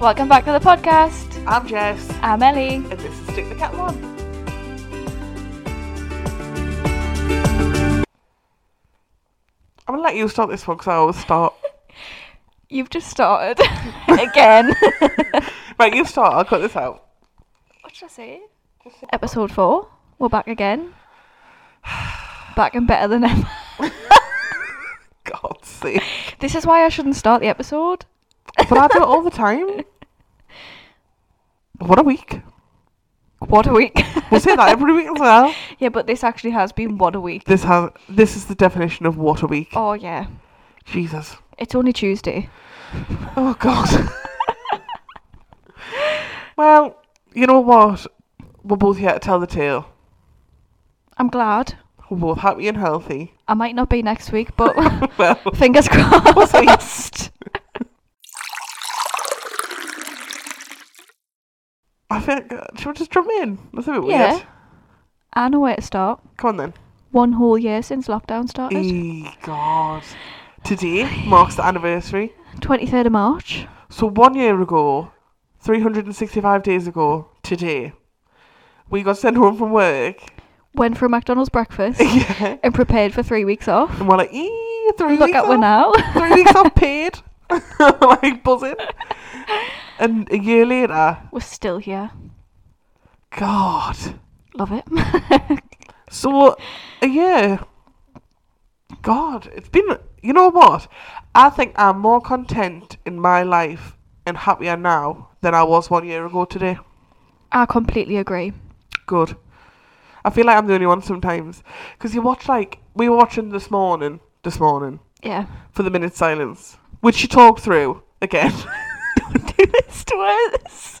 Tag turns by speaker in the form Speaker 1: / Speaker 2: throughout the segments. Speaker 1: Welcome back to the podcast.
Speaker 2: I'm Jess,
Speaker 1: I'm Ellie.
Speaker 2: and this is Stick the Cat One. I'm gonna let you start this one because I always start.
Speaker 1: You've just started again.
Speaker 2: Right, you start. I'll cut this out.
Speaker 1: what should I say? Episode four. We're back again. Back and better than ever.
Speaker 2: God's sake.
Speaker 1: This is why I shouldn't start the episode.
Speaker 2: But I do it all the time. What a week.
Speaker 1: What a week.
Speaker 2: We say that every week as well.
Speaker 1: yeah, but this actually has been what a week.
Speaker 2: This has. This is the definition of what a week.
Speaker 1: Oh yeah.
Speaker 2: Jesus.
Speaker 1: It's only Tuesday.
Speaker 2: Oh God. well, you know what? We're both here to tell the tale.
Speaker 1: I'm glad.
Speaker 2: We're both happy and healthy.
Speaker 1: I might not be next week, but
Speaker 2: well,
Speaker 1: fingers
Speaker 2: see.
Speaker 1: crossed.
Speaker 2: I think uh, should we just jump in? That's a bit
Speaker 1: Yeah.
Speaker 2: weird.
Speaker 1: I know where to start.
Speaker 2: Come on then.
Speaker 1: One whole year since lockdown started.
Speaker 2: E God. Today marks the anniversary.
Speaker 1: Twenty third of March.
Speaker 2: So one year ago, three hundred and sixty-five days ago, today, we got sent home from work.
Speaker 1: Went for a McDonald's breakfast.
Speaker 2: yeah.
Speaker 1: and prepared for three weeks off.
Speaker 2: And we're like, ee, three
Speaker 1: Look
Speaker 2: weeks
Speaker 1: at
Speaker 2: off.
Speaker 1: we're now.
Speaker 2: three weeks off paid. like buzzing. And a year later,
Speaker 1: We're still here.
Speaker 2: God.
Speaker 1: Love it.
Speaker 2: So a year. God, it's been. You know what? I think I'm more content in my life and happier now than I was one year ago today.
Speaker 1: I completely agree.
Speaker 2: Good. I feel like I'm the only one sometimes because you watch like we were watching this morning, this morning
Speaker 1: Yeah.
Speaker 2: for the minute silence, which she talked through again.
Speaker 1: Don't do this to us.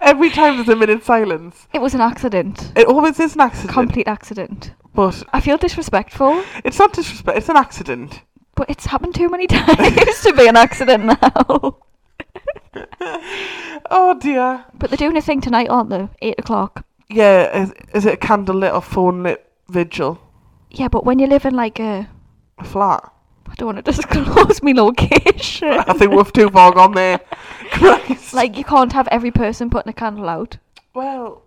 Speaker 2: Every time there's a minute silence,
Speaker 1: It was an accident.
Speaker 2: it always is an accident.
Speaker 1: Complete accident.
Speaker 2: but
Speaker 1: I feel disrespectful,
Speaker 2: it's not disrespect. It's an accident.
Speaker 1: but it's happened too many times to be an accident now.
Speaker 2: Oh dear.
Speaker 1: But they're doing a thing tonight, aren't they? Eight o'clock.
Speaker 2: Yeah, is, is it a candlelit or phone lit vigil?
Speaker 1: Yeah, but when you live in like a.
Speaker 2: A flat.
Speaker 1: I don't want to disclose me location.
Speaker 2: I think we've too far gone there. Christ.
Speaker 1: like, you can't have every person putting a candle out.
Speaker 2: well,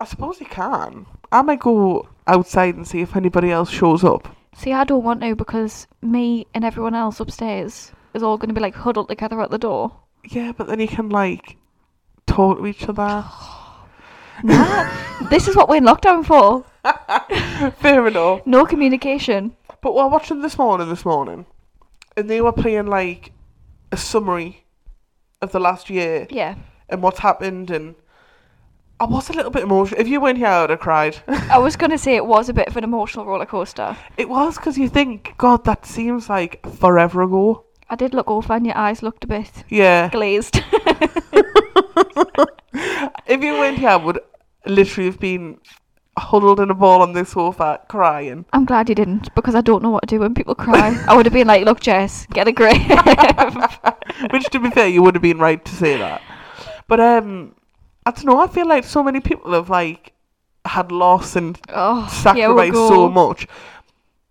Speaker 2: I suppose you can. I might go outside and see if anybody else shows up.
Speaker 1: See, I don't want to because me and everyone else upstairs is all going to be like huddled together at the door.
Speaker 2: Yeah, but then you can like talk to each other.
Speaker 1: This is what we're in lockdown for.
Speaker 2: Fair enough.
Speaker 1: No communication.
Speaker 2: But we're watching this morning this morning, and they were playing like a summary of the last year
Speaker 1: Yeah.
Speaker 2: and what's happened and. I was a little bit emotional. If you weren't here, I would have cried.
Speaker 1: I was going to say it was a bit of an emotional roller coaster.
Speaker 2: It was because you think, God, that seems like forever ago.
Speaker 1: I did look over and your eyes looked a bit
Speaker 2: Yeah.
Speaker 1: glazed.
Speaker 2: If you weren't here, I would literally have been huddled in a ball on this sofa crying.
Speaker 1: I'm glad you didn't because I don't know what to do when people cry. I would have been like, look, Jess, get a grip.
Speaker 2: Which, to be fair, you would have been right to say that. But um, I don't know. I feel like so many people have like had loss and
Speaker 1: oh, here we
Speaker 2: sacrificed
Speaker 1: go.
Speaker 2: so much.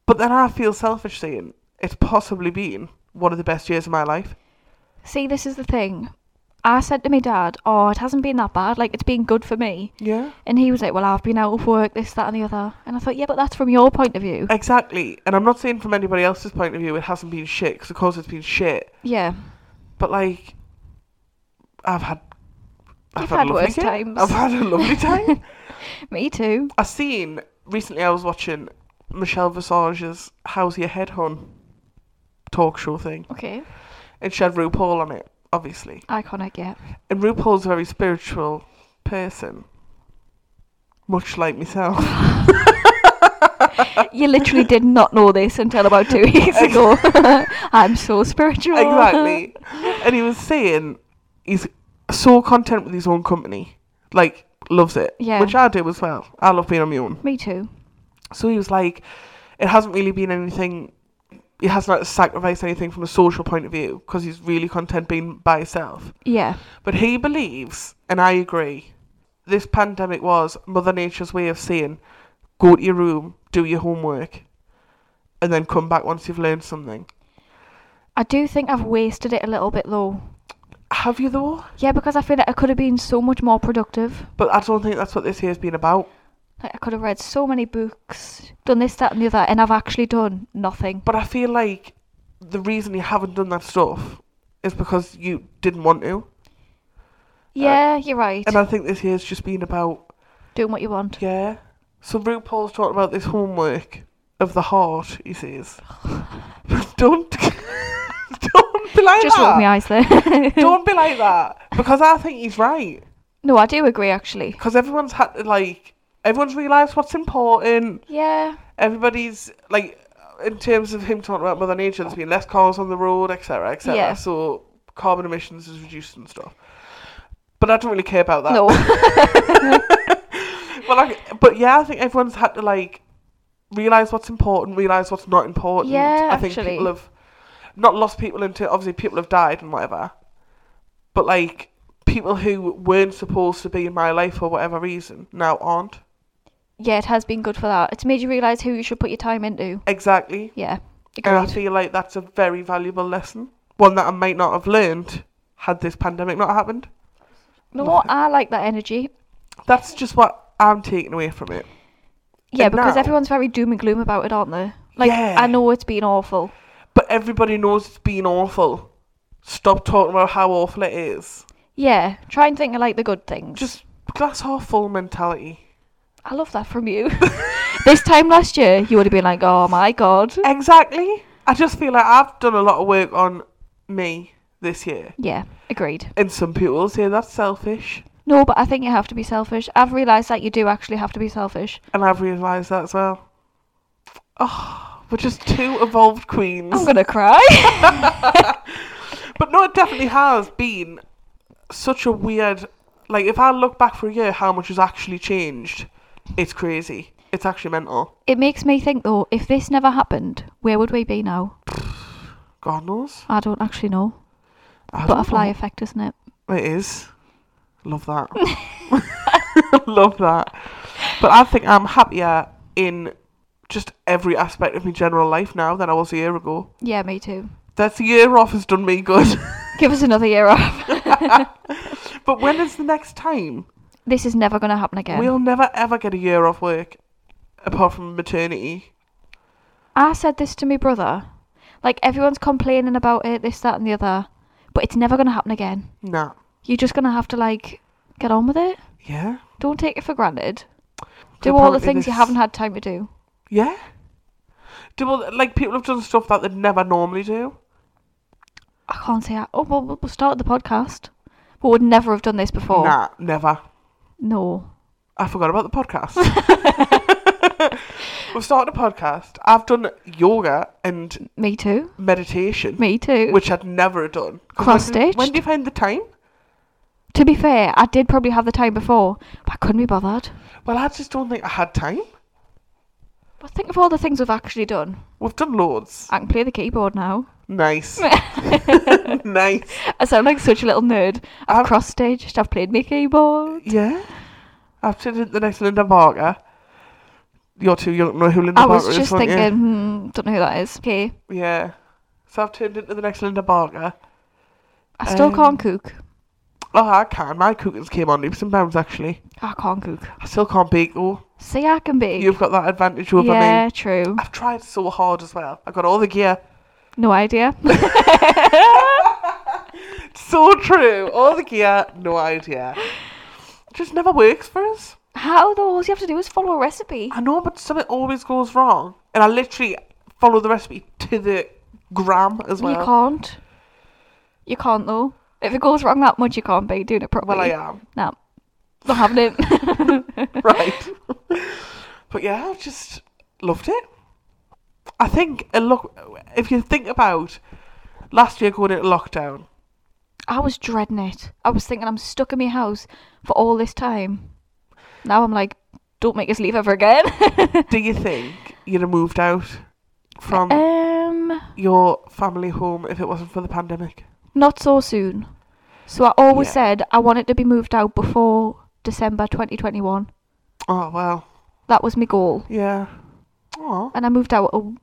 Speaker 2: But then I feel selfish saying it's possibly been one of the best years of my life.
Speaker 1: See, this is the thing. I said to my dad, oh, it hasn't been that bad. Like, it's been good for me.
Speaker 2: Yeah.
Speaker 1: And he was like, Well, I've been out of work, this, that, and the other. And I thought, Yeah, but that's from your point of
Speaker 2: Uh,
Speaker 1: view.
Speaker 2: Exactly. And I'm not saying from anybody else's point of view it hasn't been shit, because of course it's been shit.
Speaker 1: Yeah.
Speaker 2: But like, I've had,
Speaker 1: You've
Speaker 2: I've
Speaker 1: had
Speaker 2: a lovely
Speaker 1: worse
Speaker 2: day.
Speaker 1: times.
Speaker 2: I've had a lovely time.
Speaker 1: Me too.
Speaker 2: I seen recently. I was watching Michelle Visage's "How's Your Head Hon" talk show thing,
Speaker 1: Okay.
Speaker 2: and she had RuPaul on it, obviously.
Speaker 1: Iconic, yeah.
Speaker 2: And RuPaul's a very spiritual person, much like myself. Uh,
Speaker 1: You literally did not know this until about two weeks ago. I'm so spiritual.
Speaker 2: exactly. And he was saying he's so content with his own company, like loves it,
Speaker 1: Yeah.
Speaker 2: which I do as well. I love being on my own.
Speaker 1: Me too.
Speaker 2: So he was like, it hasn't really been anything. He hasn't had to sacrifice anything from a social point of view because he's really content being by himself.
Speaker 1: Yeah.
Speaker 2: But he believes, and I agree, this pandemic was Mother Nature's way of saying, go to your room, do your homework, and then come back once you've learned something.
Speaker 1: I do think I've wasted it a little bit though.
Speaker 2: Have you though?
Speaker 1: Yeah, because I feel like I could have been so much more productive.
Speaker 2: But I don't think that's what this year's been about.
Speaker 1: Like I could have read so many books, done this, that, and the other, and I've actually done nothing.
Speaker 2: But I feel like the reason you haven't done that stuff is because you didn't want to.
Speaker 1: Yeah, you're right.
Speaker 2: And I think this year's just been about,
Speaker 1: Doing what you want.
Speaker 2: yeah. So RuPaul's talking about this homework of the heart, he says. don't, don't be like
Speaker 1: Just rolled my
Speaker 2: that.
Speaker 1: eyes there.
Speaker 2: Don't be like that. Because I think he's right.
Speaker 1: no, I do agree actually.
Speaker 2: Because everyone's had to, like, everyone's realised what's important.
Speaker 1: Yeah.
Speaker 2: everybody's like in terms of him talking about mother nature there's been less cars on the road etc etc
Speaker 1: Yeah.
Speaker 2: so carbon emissions is reduced and stuff but i don't really care about that
Speaker 1: No.
Speaker 2: but like but yeah i think everyone's had to like realize what's important realize what's not important
Speaker 1: Yeah,
Speaker 2: i think
Speaker 1: actually.
Speaker 2: people have not lost people into obviously people have died and whatever but like people who weren't supposed to be in my life for whatever reason now aren't
Speaker 1: yeah, it has been good for that. It's made you realise who you should put your time into.
Speaker 2: exactly
Speaker 1: Yeah.
Speaker 2: And I
Speaker 1: Agreed.
Speaker 2: feel like that's a very valuable lesson. One that I might not have learned had this pandemic not happened.
Speaker 1: No, what? I like that energy.
Speaker 2: That's just what I'm taking away from it.
Speaker 1: Yeah,
Speaker 2: And
Speaker 1: because
Speaker 2: now-
Speaker 1: everyone's very doom and gloom about it, aren't they? Like
Speaker 2: Yeah.
Speaker 1: I know it's been awful.
Speaker 2: But everybody knows it's been awful. Stop talking about how awful it is.
Speaker 1: Yeah. Try and think of like the good things.
Speaker 2: Just glass half full mentality.
Speaker 1: I love that from you. this time last year you would have been like, Oh my god.
Speaker 2: Exactly. I just feel like I've done a lot of work on me this year.
Speaker 1: Yeah, agreed.
Speaker 2: And some people will say that's selfish.
Speaker 1: No, but I think you have to be selfish. I've realised that you do actually have to be selfish.
Speaker 2: And I've realised that as well. Oh, we're just two evolved queens.
Speaker 1: I'm gonna cry.
Speaker 2: But no, it definitely has been such a weird. Like, if I look back for a year, how much has actually changed? It's crazy. It's actually mental.
Speaker 1: it makes me think though, if this never happened, where would we be now?
Speaker 2: God knows.
Speaker 1: I don't actually know.
Speaker 2: I don't
Speaker 1: Butterfly
Speaker 2: know.
Speaker 1: effect, isn't it?
Speaker 2: It is. Love that. Love that. But I think I'm happier in just every aspect of my general life now than I was a year ago.
Speaker 1: Yeah, me too.
Speaker 2: That's a year off has done me good.
Speaker 1: Give us another year off.
Speaker 2: but when is the next time?
Speaker 1: this is never gonna happen again.
Speaker 2: We'll never ever get a year off work apart from maternity.
Speaker 1: I said this to my brother. Like everyone's complaining about it, this, that, and the other, but it's never gonna happen again.
Speaker 2: Nah.
Speaker 1: You're just gonna have to like get on with it.
Speaker 2: Yeah.
Speaker 1: Don't take it for granted. Do
Speaker 2: But
Speaker 1: all the
Speaker 2: apparently
Speaker 1: things you
Speaker 2: this-
Speaker 1: haven't had time to do.
Speaker 2: Yeah. Do well, like people have done stuff that they'd never normally do.
Speaker 1: I can't say. I, oh, well, we'll we'll start the podcast. But would never have done this before.
Speaker 2: Nah, never.
Speaker 1: No.
Speaker 2: I forgot about the podcast. We've started a podcast. I've done yoga and
Speaker 1: Me too.
Speaker 2: meditation,
Speaker 1: Me too.
Speaker 2: which I'd never have done. 'Cause when did-
Speaker 1: Cross-stitched.
Speaker 2: When do you find the time?
Speaker 1: to be fair, I did probably have the time before, but I couldn't be bothered.
Speaker 2: Well, I just don't think I had time.
Speaker 1: But think of all the things we've actually done.
Speaker 2: We've done loads.
Speaker 1: I can play the keyboard now.
Speaker 2: Nice. nice.
Speaker 1: I sound like such a little nerd. I've
Speaker 2: I've-
Speaker 1: cross staged. I've played my keyboard.
Speaker 2: Yeah. I've said it the next Linda Barker. You're too young to know who Linda
Speaker 1: I was
Speaker 2: Barker is.
Speaker 1: just
Speaker 2: aren't you?
Speaker 1: thinking, hmm, don't know who that is. Okay,
Speaker 2: Yeah. So I've turned into the next Linda Barker.
Speaker 1: I still
Speaker 2: Um,
Speaker 1: can't cook.
Speaker 2: Oh, I can. My cooking's came on leaps and bounds, actually.
Speaker 1: I can't cook.
Speaker 2: I still can't bake, though.
Speaker 1: See, I can bake.
Speaker 2: You've got that advantage over
Speaker 1: yeah,
Speaker 2: me.
Speaker 1: true.
Speaker 2: I've tried so hard as well. I got all the gear.
Speaker 1: No idea.
Speaker 2: So true. All the gear, no idea. Just never works for us.
Speaker 1: How though? All you have to do is follow a recipe.
Speaker 2: I know, but something always goes wrong. And I literally follow the recipe to the gram as well.
Speaker 1: You can't. You can't though. If it goes wrong that much, you can't be doing it properly.
Speaker 2: well, I am.
Speaker 1: Nah, not having it.
Speaker 2: right. but yeah, I've just loved it. I think a look if you think about last year going into lockdown,
Speaker 1: I was dreading it. I was thinking I'm stuck in my house for all this time. Now I'm like, don't make us leave ever again.
Speaker 2: do you think you'd have moved out from
Speaker 1: um,
Speaker 2: your family home if it wasn't for the pandemic?
Speaker 1: not so soon. So I always
Speaker 2: Yeah.
Speaker 1: said I wanted to be moved out before December 2021.
Speaker 2: Oh well,
Speaker 1: That was my goal,
Speaker 2: yeah. Oh,
Speaker 1: and I moved out a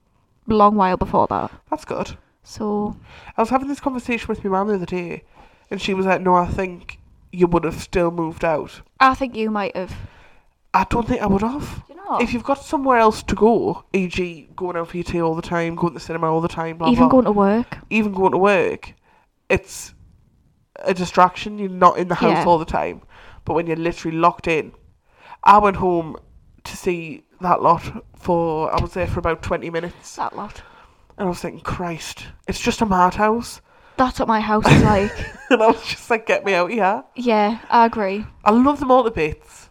Speaker 1: long while before that.
Speaker 2: that's good.
Speaker 1: So
Speaker 2: I was having this conversation with my mum the other day And she was like, No, I think you would have still moved out.
Speaker 1: I think you might have.
Speaker 2: I don't think I would have.
Speaker 1: Do you know?
Speaker 2: If you've got somewhere else to go, e.g., going out for your tea all the time, going to the cinema all the time, blah,
Speaker 1: Even
Speaker 2: blah,
Speaker 1: going to work.
Speaker 2: even going to work, it's a distraction. You're not in the house
Speaker 1: Yeah.
Speaker 2: all the time. But when you're literally locked in, I went home to see that lot for, I was there for about 20 minutes.
Speaker 1: That lot.
Speaker 2: And I was thinking, Christ, it's just a mad house.
Speaker 1: That's what my house is like.
Speaker 2: and I was just like, get me out of here.
Speaker 1: yeah, I agree.
Speaker 2: I love them all to bits,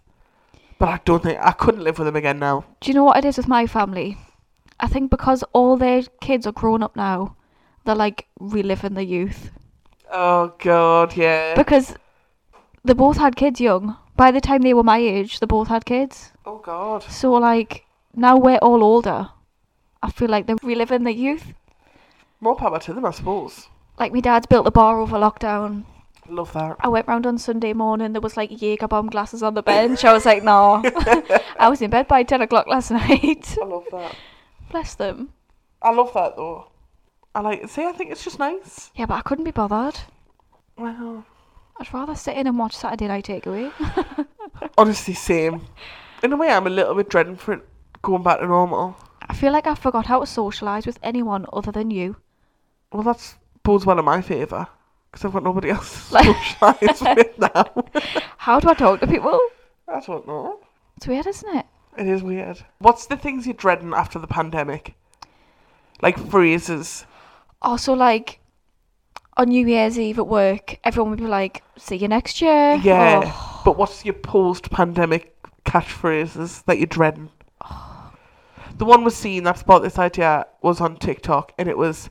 Speaker 2: but I don't think I couldn't live with them again now.
Speaker 1: Do you know what it is with my family? I think because all their kids are grown up now, they're like reliving their youth.
Speaker 2: Oh God, yeah.
Speaker 1: Because they both had kids young. By the time they were my age, they both had kids.
Speaker 2: oh God.
Speaker 1: So like now we're all older. I feel like they're reliving their youth.
Speaker 2: More power to them, I suppose.
Speaker 1: Like my dad's built a bar over lockdown.
Speaker 2: Love that.
Speaker 1: I went round on Sunday morning. There was like Jaeger bomb glasses on the bench. I was like, no. I was in bed by ten o'clock last night.
Speaker 2: I love that.
Speaker 1: Bless them.
Speaker 2: I love that though. I like. See, I think it's just nice.
Speaker 1: Yeah, but I couldn't be bothered.
Speaker 2: Well,
Speaker 1: I'd rather sit in and watch Saturday Night Takeaway.
Speaker 2: honestly, same. In a way, I'm a little bit dreading for it going back to normal.
Speaker 1: I feel like I forgot how to socialise with anyone other than you.
Speaker 2: Well, that's bodes well in my favour because I've got nobody else to
Speaker 1: Like-
Speaker 2: socialise with now.
Speaker 1: How do I talk to people?
Speaker 2: I don't know.
Speaker 1: It's weird, isn't it?
Speaker 2: It is weird. What's the things you're dreading after the pandemic? Like phrases.
Speaker 1: Also, like, on New Year's Eve at work, everyone would be like, see you next year.
Speaker 2: Yeah.
Speaker 1: Or,
Speaker 2: But what's your post pandemic catchphrases that you're dreading? The one was seen that spot this idea was on TikTok and it was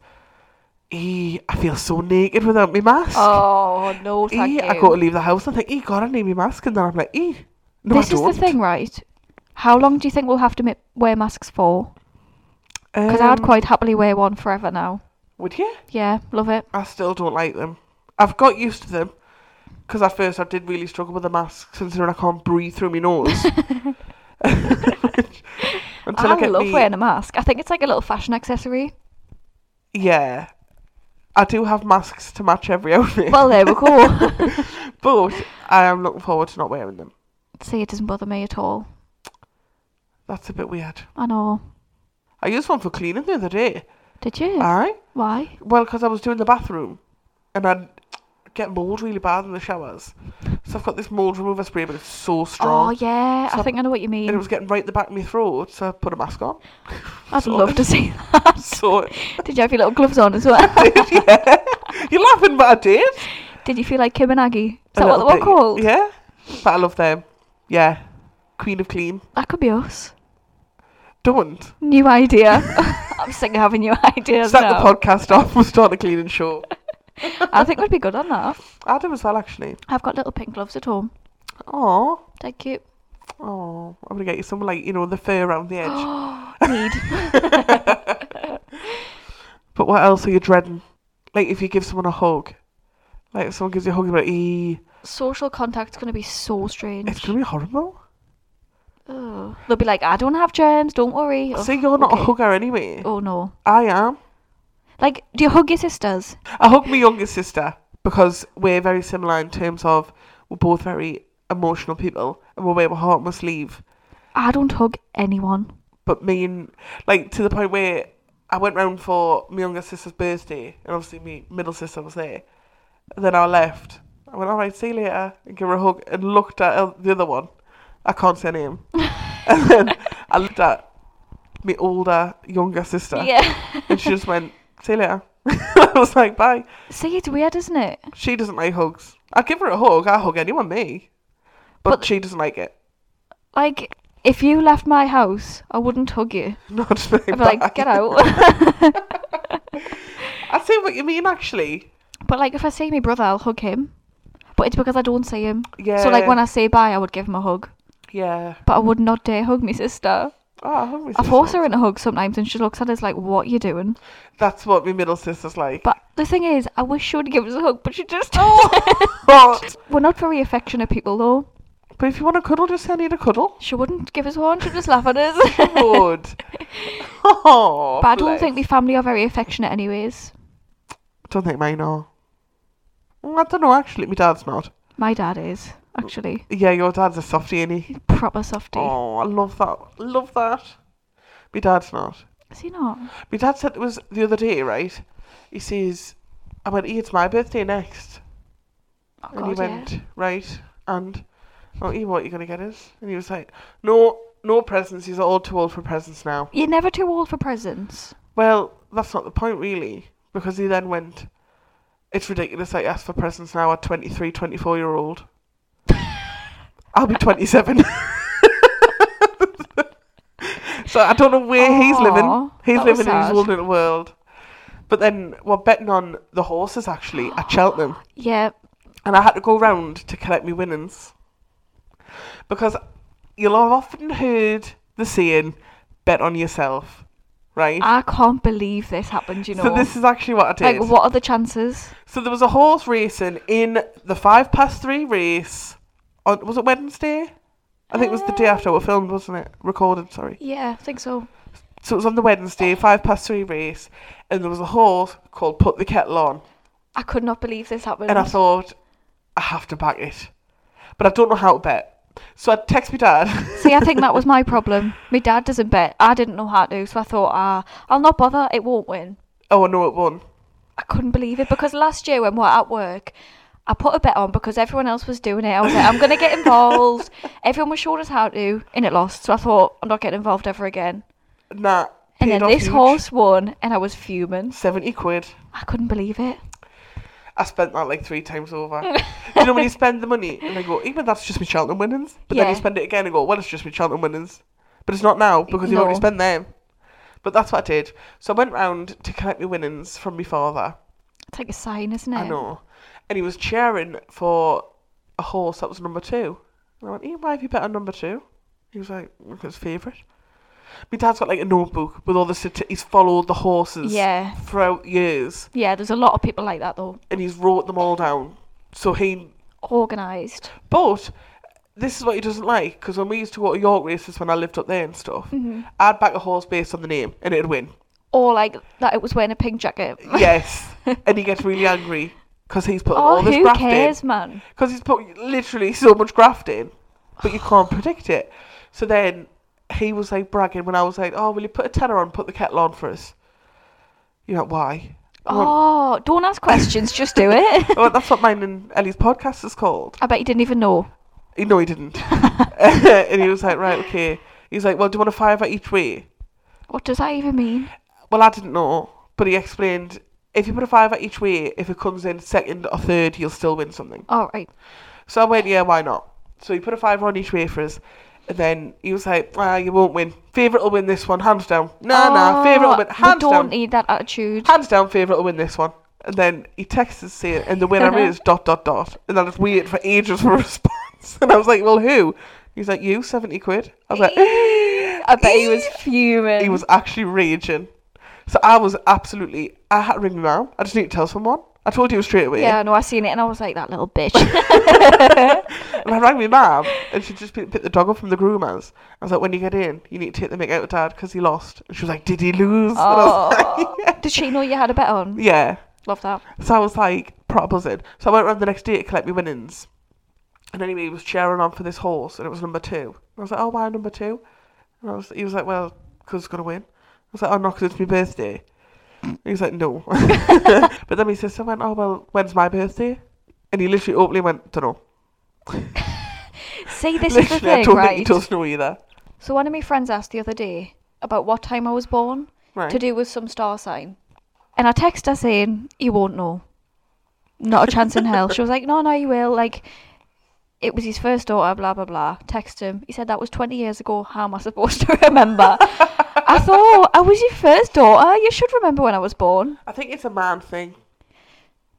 Speaker 2: E I feel so naked without my mask.
Speaker 1: Oh, no,
Speaker 2: e,
Speaker 1: thank you.
Speaker 2: I gotta leave the house. I think, E God, I need my mask and then I'm like, E no
Speaker 1: this
Speaker 2: I don't.
Speaker 1: is the thing, right? How long do you think we'll have to ma- wear masks for? Because I'd
Speaker 2: Um,
Speaker 1: quite happily wear one forever now.
Speaker 2: Would you?
Speaker 1: Yeah, love it.
Speaker 2: I still don't like them. I've got used to them because at first I did really struggle with the mask, considering I can't breathe through my nose. Which- until
Speaker 1: I love
Speaker 2: me-
Speaker 1: wearing a mask. I think it's like a little fashion accessory.
Speaker 2: Yeah, I do have masks to match every outfit,
Speaker 1: Well, there we go.
Speaker 2: but I am looking forward to not wearing them.
Speaker 1: See, it doesn't bother me at all.
Speaker 2: That's a bit weird.
Speaker 1: I know.
Speaker 2: I used one for cleaning the other day.
Speaker 1: Did you?
Speaker 2: Aye,
Speaker 1: Why?
Speaker 2: well, because I was doing the bathroom, and I get mold really bad in the showers, so I've got this mold remover spray, but it's so strong.
Speaker 1: Oh yeah,
Speaker 2: So-
Speaker 1: I think I know what you
Speaker 2: and it
Speaker 1: mean.
Speaker 2: was getting right at the back of my throat, so I put a mask on.
Speaker 1: I'd
Speaker 2: so-
Speaker 1: love to see that.
Speaker 2: So
Speaker 1: did you have your little gloves on as well?
Speaker 2: you're laughing, but I did.
Speaker 1: did you feel like Kim and Aggie? Is
Speaker 2: A
Speaker 1: that what they
Speaker 2: little
Speaker 1: were
Speaker 2: bit,
Speaker 1: called?
Speaker 2: Yeah, but I love them. Yeah, Queen of Clean.
Speaker 1: That could be us.
Speaker 2: Don't
Speaker 1: New idea. I'm sick of having new ideas
Speaker 2: start
Speaker 1: now.
Speaker 2: the podcast off. We'll start a cleaning show.
Speaker 1: I think we'd be good on that.
Speaker 2: I do as well, actually.
Speaker 1: I've got little pink gloves at home.
Speaker 2: Oh,
Speaker 1: They're cute.
Speaker 2: oh, I'm gonna get you some like you know the fur around the edge.
Speaker 1: Need.
Speaker 2: but what else are you dreading? Like if you give someone a hug, like if someone gives you a hug, you're like, ee,
Speaker 1: Social contact's gonna be so strange.
Speaker 2: it's gonna be horrible.
Speaker 1: Ugh. They'll be like, I don't have germs. Don't worry. Ugh.
Speaker 2: See, you're not a
Speaker 1: okay.
Speaker 2: hugger anyway.
Speaker 1: Oh no.
Speaker 2: I am.
Speaker 1: Like, do you hug your sisters?
Speaker 2: I hug my younger sister because we're very similar in terms of we're both very emotional people and we'll wear our heart on our sleeve.
Speaker 1: I don't hug anyone.
Speaker 2: But me and like to the point where I went round for my younger sister's birthday and obviously my middle sister was there. And then I left. I went, all right, see you later, and give her a hug and looked at el- the other one. I can't say her name. and then I looked at my older, younger sister
Speaker 1: Yeah.
Speaker 2: and she just went, see you later. I was like, bye.
Speaker 1: See, it's weird, isn't it?
Speaker 2: She doesn't like hugs. I give her a hug. I hug anyone, me. But,
Speaker 1: But-
Speaker 2: she doesn't like it.
Speaker 1: Like, if you left my house, I wouldn't hug you.
Speaker 2: Not very
Speaker 1: I'd be like,
Speaker 2: bad.
Speaker 1: get out.
Speaker 2: I see what you mean, actually.
Speaker 1: but like, if I see my brother, I'll hug him. But it's because I don't see him.
Speaker 2: Yeah.
Speaker 1: So like, when I say bye, I would give him a hug.
Speaker 2: Yeah.
Speaker 1: But I would not dare hug my sister.
Speaker 2: Oh, I hug my
Speaker 1: I
Speaker 2: sister.
Speaker 1: force her into hugs sometimes, and she looks at us like, "What you doing?"
Speaker 2: That's what my middle sister's like.
Speaker 1: But the thing is, I wish she would give us a hug, but she just.
Speaker 2: Oh, But,
Speaker 1: We're not very affectionate people, though.
Speaker 2: but if you want a cuddle, just say I need a cuddle.
Speaker 1: She wouldn't give us one. She'd just laugh at us.
Speaker 2: Good. oh,
Speaker 1: but I don't think
Speaker 2: bless.
Speaker 1: my family are very affectionate, anyways.
Speaker 2: Don't think mine are. Mm, I don't know, actually. My dad's not.
Speaker 1: My dad is, actually.
Speaker 2: Yeah, your dad's a softie, ain't he?
Speaker 1: Proper softy.
Speaker 2: Oh, I love that. Love that. My dad's not.
Speaker 1: Is he not?
Speaker 2: My dad said it was the other day, right? He says, I went, "Hey, it's my birthday next.
Speaker 1: Oh,
Speaker 2: and he
Speaker 1: God, yeah.
Speaker 2: went, right, and oh, E, what are you going to get us? And he was like, no, no presents. He's all too old for presents now.
Speaker 1: You're never too old for presents.
Speaker 2: Well, that's not the point, really, because he then went, it's ridiculous I ask for presents now at 23, 24 year old. I'll be 27. so I don't know where he's living.
Speaker 1: Aw,
Speaker 2: He's
Speaker 1: that was
Speaker 2: living in his
Speaker 1: sad.
Speaker 2: old little world. But then we're betting on the horses, actually, at Cheltenham.
Speaker 1: Yeah.
Speaker 2: and I had to go round to collect me winnings because you'll have often heard the saying "bet on yourself," right?
Speaker 1: I can't believe this happened, you know.
Speaker 2: so this is actually what I
Speaker 1: like,
Speaker 2: did.
Speaker 1: what are the chances?
Speaker 2: So there was a horse racing in the five past three race. On was it Wednesday? I think it was the day after we filmed, wasn't it? Recorded, sorry.
Speaker 1: Yeah, I think so.
Speaker 2: So it was on the Wednesday, five past three race, and there was a horse called "Put the Kettle On."
Speaker 1: I could not believe this happened.
Speaker 2: And I thought, I have to back it. But I don't know how to bet. So I text my dad.
Speaker 1: See, I think that was my problem. My dad doesn't bet. I didn't know how to, so I thought, ah, I'll not bother. It won't win.
Speaker 2: oh, no, it won.
Speaker 1: I couldn't believe it because last year when we were at work, I put a bet on because everyone else was doing it. I was like, I'm going to get involved. everyone was showing us how to, and it lost. So I thought, I'm not getting involved ever again.
Speaker 2: Nah.
Speaker 1: And
Speaker 2: paid
Speaker 1: then
Speaker 2: off
Speaker 1: this
Speaker 2: huge.
Speaker 1: horse won, and I was fuming.
Speaker 2: 70 quid.
Speaker 1: I couldn't believe it.
Speaker 2: I spent that like three times over. you know, when you spend the money and they go, even that's just my Cheltenham winnings. But then you
Speaker 1: Yeah.
Speaker 2: spend it again and go, well, it's just my Cheltenham winnings. But it's not now because you've already
Speaker 1: No.
Speaker 2: spent them. But that's what I did. So I went round to collect my winnings from my father.
Speaker 1: It's like a sign, isn't it?
Speaker 2: I know. And he was cheering for a horse that was number two. And I went, Ian, why have you bet on number two? He was like, look, it's favourite. My dad's got like a notebook with all the stati- he's followed the horses
Speaker 1: Yeah.
Speaker 2: throughout years
Speaker 1: Yeah, there's a lot of people like that, though.
Speaker 2: and he's wrote them all down. So he,
Speaker 1: Organised.
Speaker 2: but this is what he doesn't like because when we used to go to York races when I lived up there and stuff,
Speaker 1: Mm-hmm.
Speaker 2: I'd back a horse based on the name and it'd win.
Speaker 1: Or like that it was wearing a pink jacket.
Speaker 2: yes, and he gets really angry because he's put
Speaker 1: Oh,
Speaker 2: all this
Speaker 1: who
Speaker 2: graft in.
Speaker 1: cares, man?
Speaker 2: because he's put literally so much graft in, but you can't predict it. So then he was like bragging when I was like, "Oh, will you put a tenner on, put the kettle on for us?" You're like, "Why?" I went-
Speaker 1: Oh, don't ask questions, just do it.
Speaker 2: I went, that's what mine and Ellie's podcast is called.
Speaker 1: I bet you didn't even know.
Speaker 2: He, no, he didn't. and he was like, "Right, okay." He's like, "Well, do you want a fiver each way?"
Speaker 1: What does that even mean?
Speaker 2: Well, I didn't know, but he explained. If you put a fiver each way, if it comes in second or third, you'll still win something.
Speaker 1: All Oh, right.
Speaker 2: So I went, yeah, why not? So he put a fiver on each way for us. And then he was like, ah, you won't win. Favourite will win this one, hands down. Nah, nah, favourite will win,
Speaker 1: Oh,
Speaker 2: hands
Speaker 1: We don't
Speaker 2: down.
Speaker 1: need that attitude.
Speaker 2: Hands down, favourite will win this one. And then he texts us saying, and the winner is dot, dot, dot. And I just waited for ages for a response. And I was like, well, who? He's like, you, 70 quid. I was like,
Speaker 1: I bet he was fuming.
Speaker 2: he was actually raging. So I was absolutely, I had to ring my mum. I just need to tell someone. I told you straight away.
Speaker 1: Yeah, no, I seen it and I was like, that little bitch.
Speaker 2: And I rang my mum, and she just pi- picked the dog up from the groomers. I was like, when you get in, you need to take the mick out of dad because he lost. And she was like, did he lose? And I was like,
Speaker 1: oh. Did she know you had a bet on?
Speaker 2: yeah.
Speaker 1: Love that.
Speaker 2: So I was like, proper buzzing. So I went round the next day to collect my winnings. And anyway, he was cheering on for this horse, and it was number two. And I was like, oh, why number two? And I was, he was like, well, because it's going to win. I was like, oh, no, because it's my birthday. And he was like, no. but then my sister went, oh, well, when's my birthday? And he literally openly went, don't know.
Speaker 1: See, this is the
Speaker 2: literally, I
Speaker 1: thing,
Speaker 2: don't think he
Speaker 1: right?
Speaker 2: does know either.
Speaker 1: So one of my friends asked the other day about what time I was born
Speaker 2: Right.
Speaker 1: to do with some star sign. And I text her saying, You won't know. Not a chance in hell. She was like, No, no, you will. Like it was his first daughter, blah blah blah. Text him. He said that was twenty years ago. How am I supposed to remember? I thought I was your first daughter. You should remember when I was born.
Speaker 2: I think it's a man thing.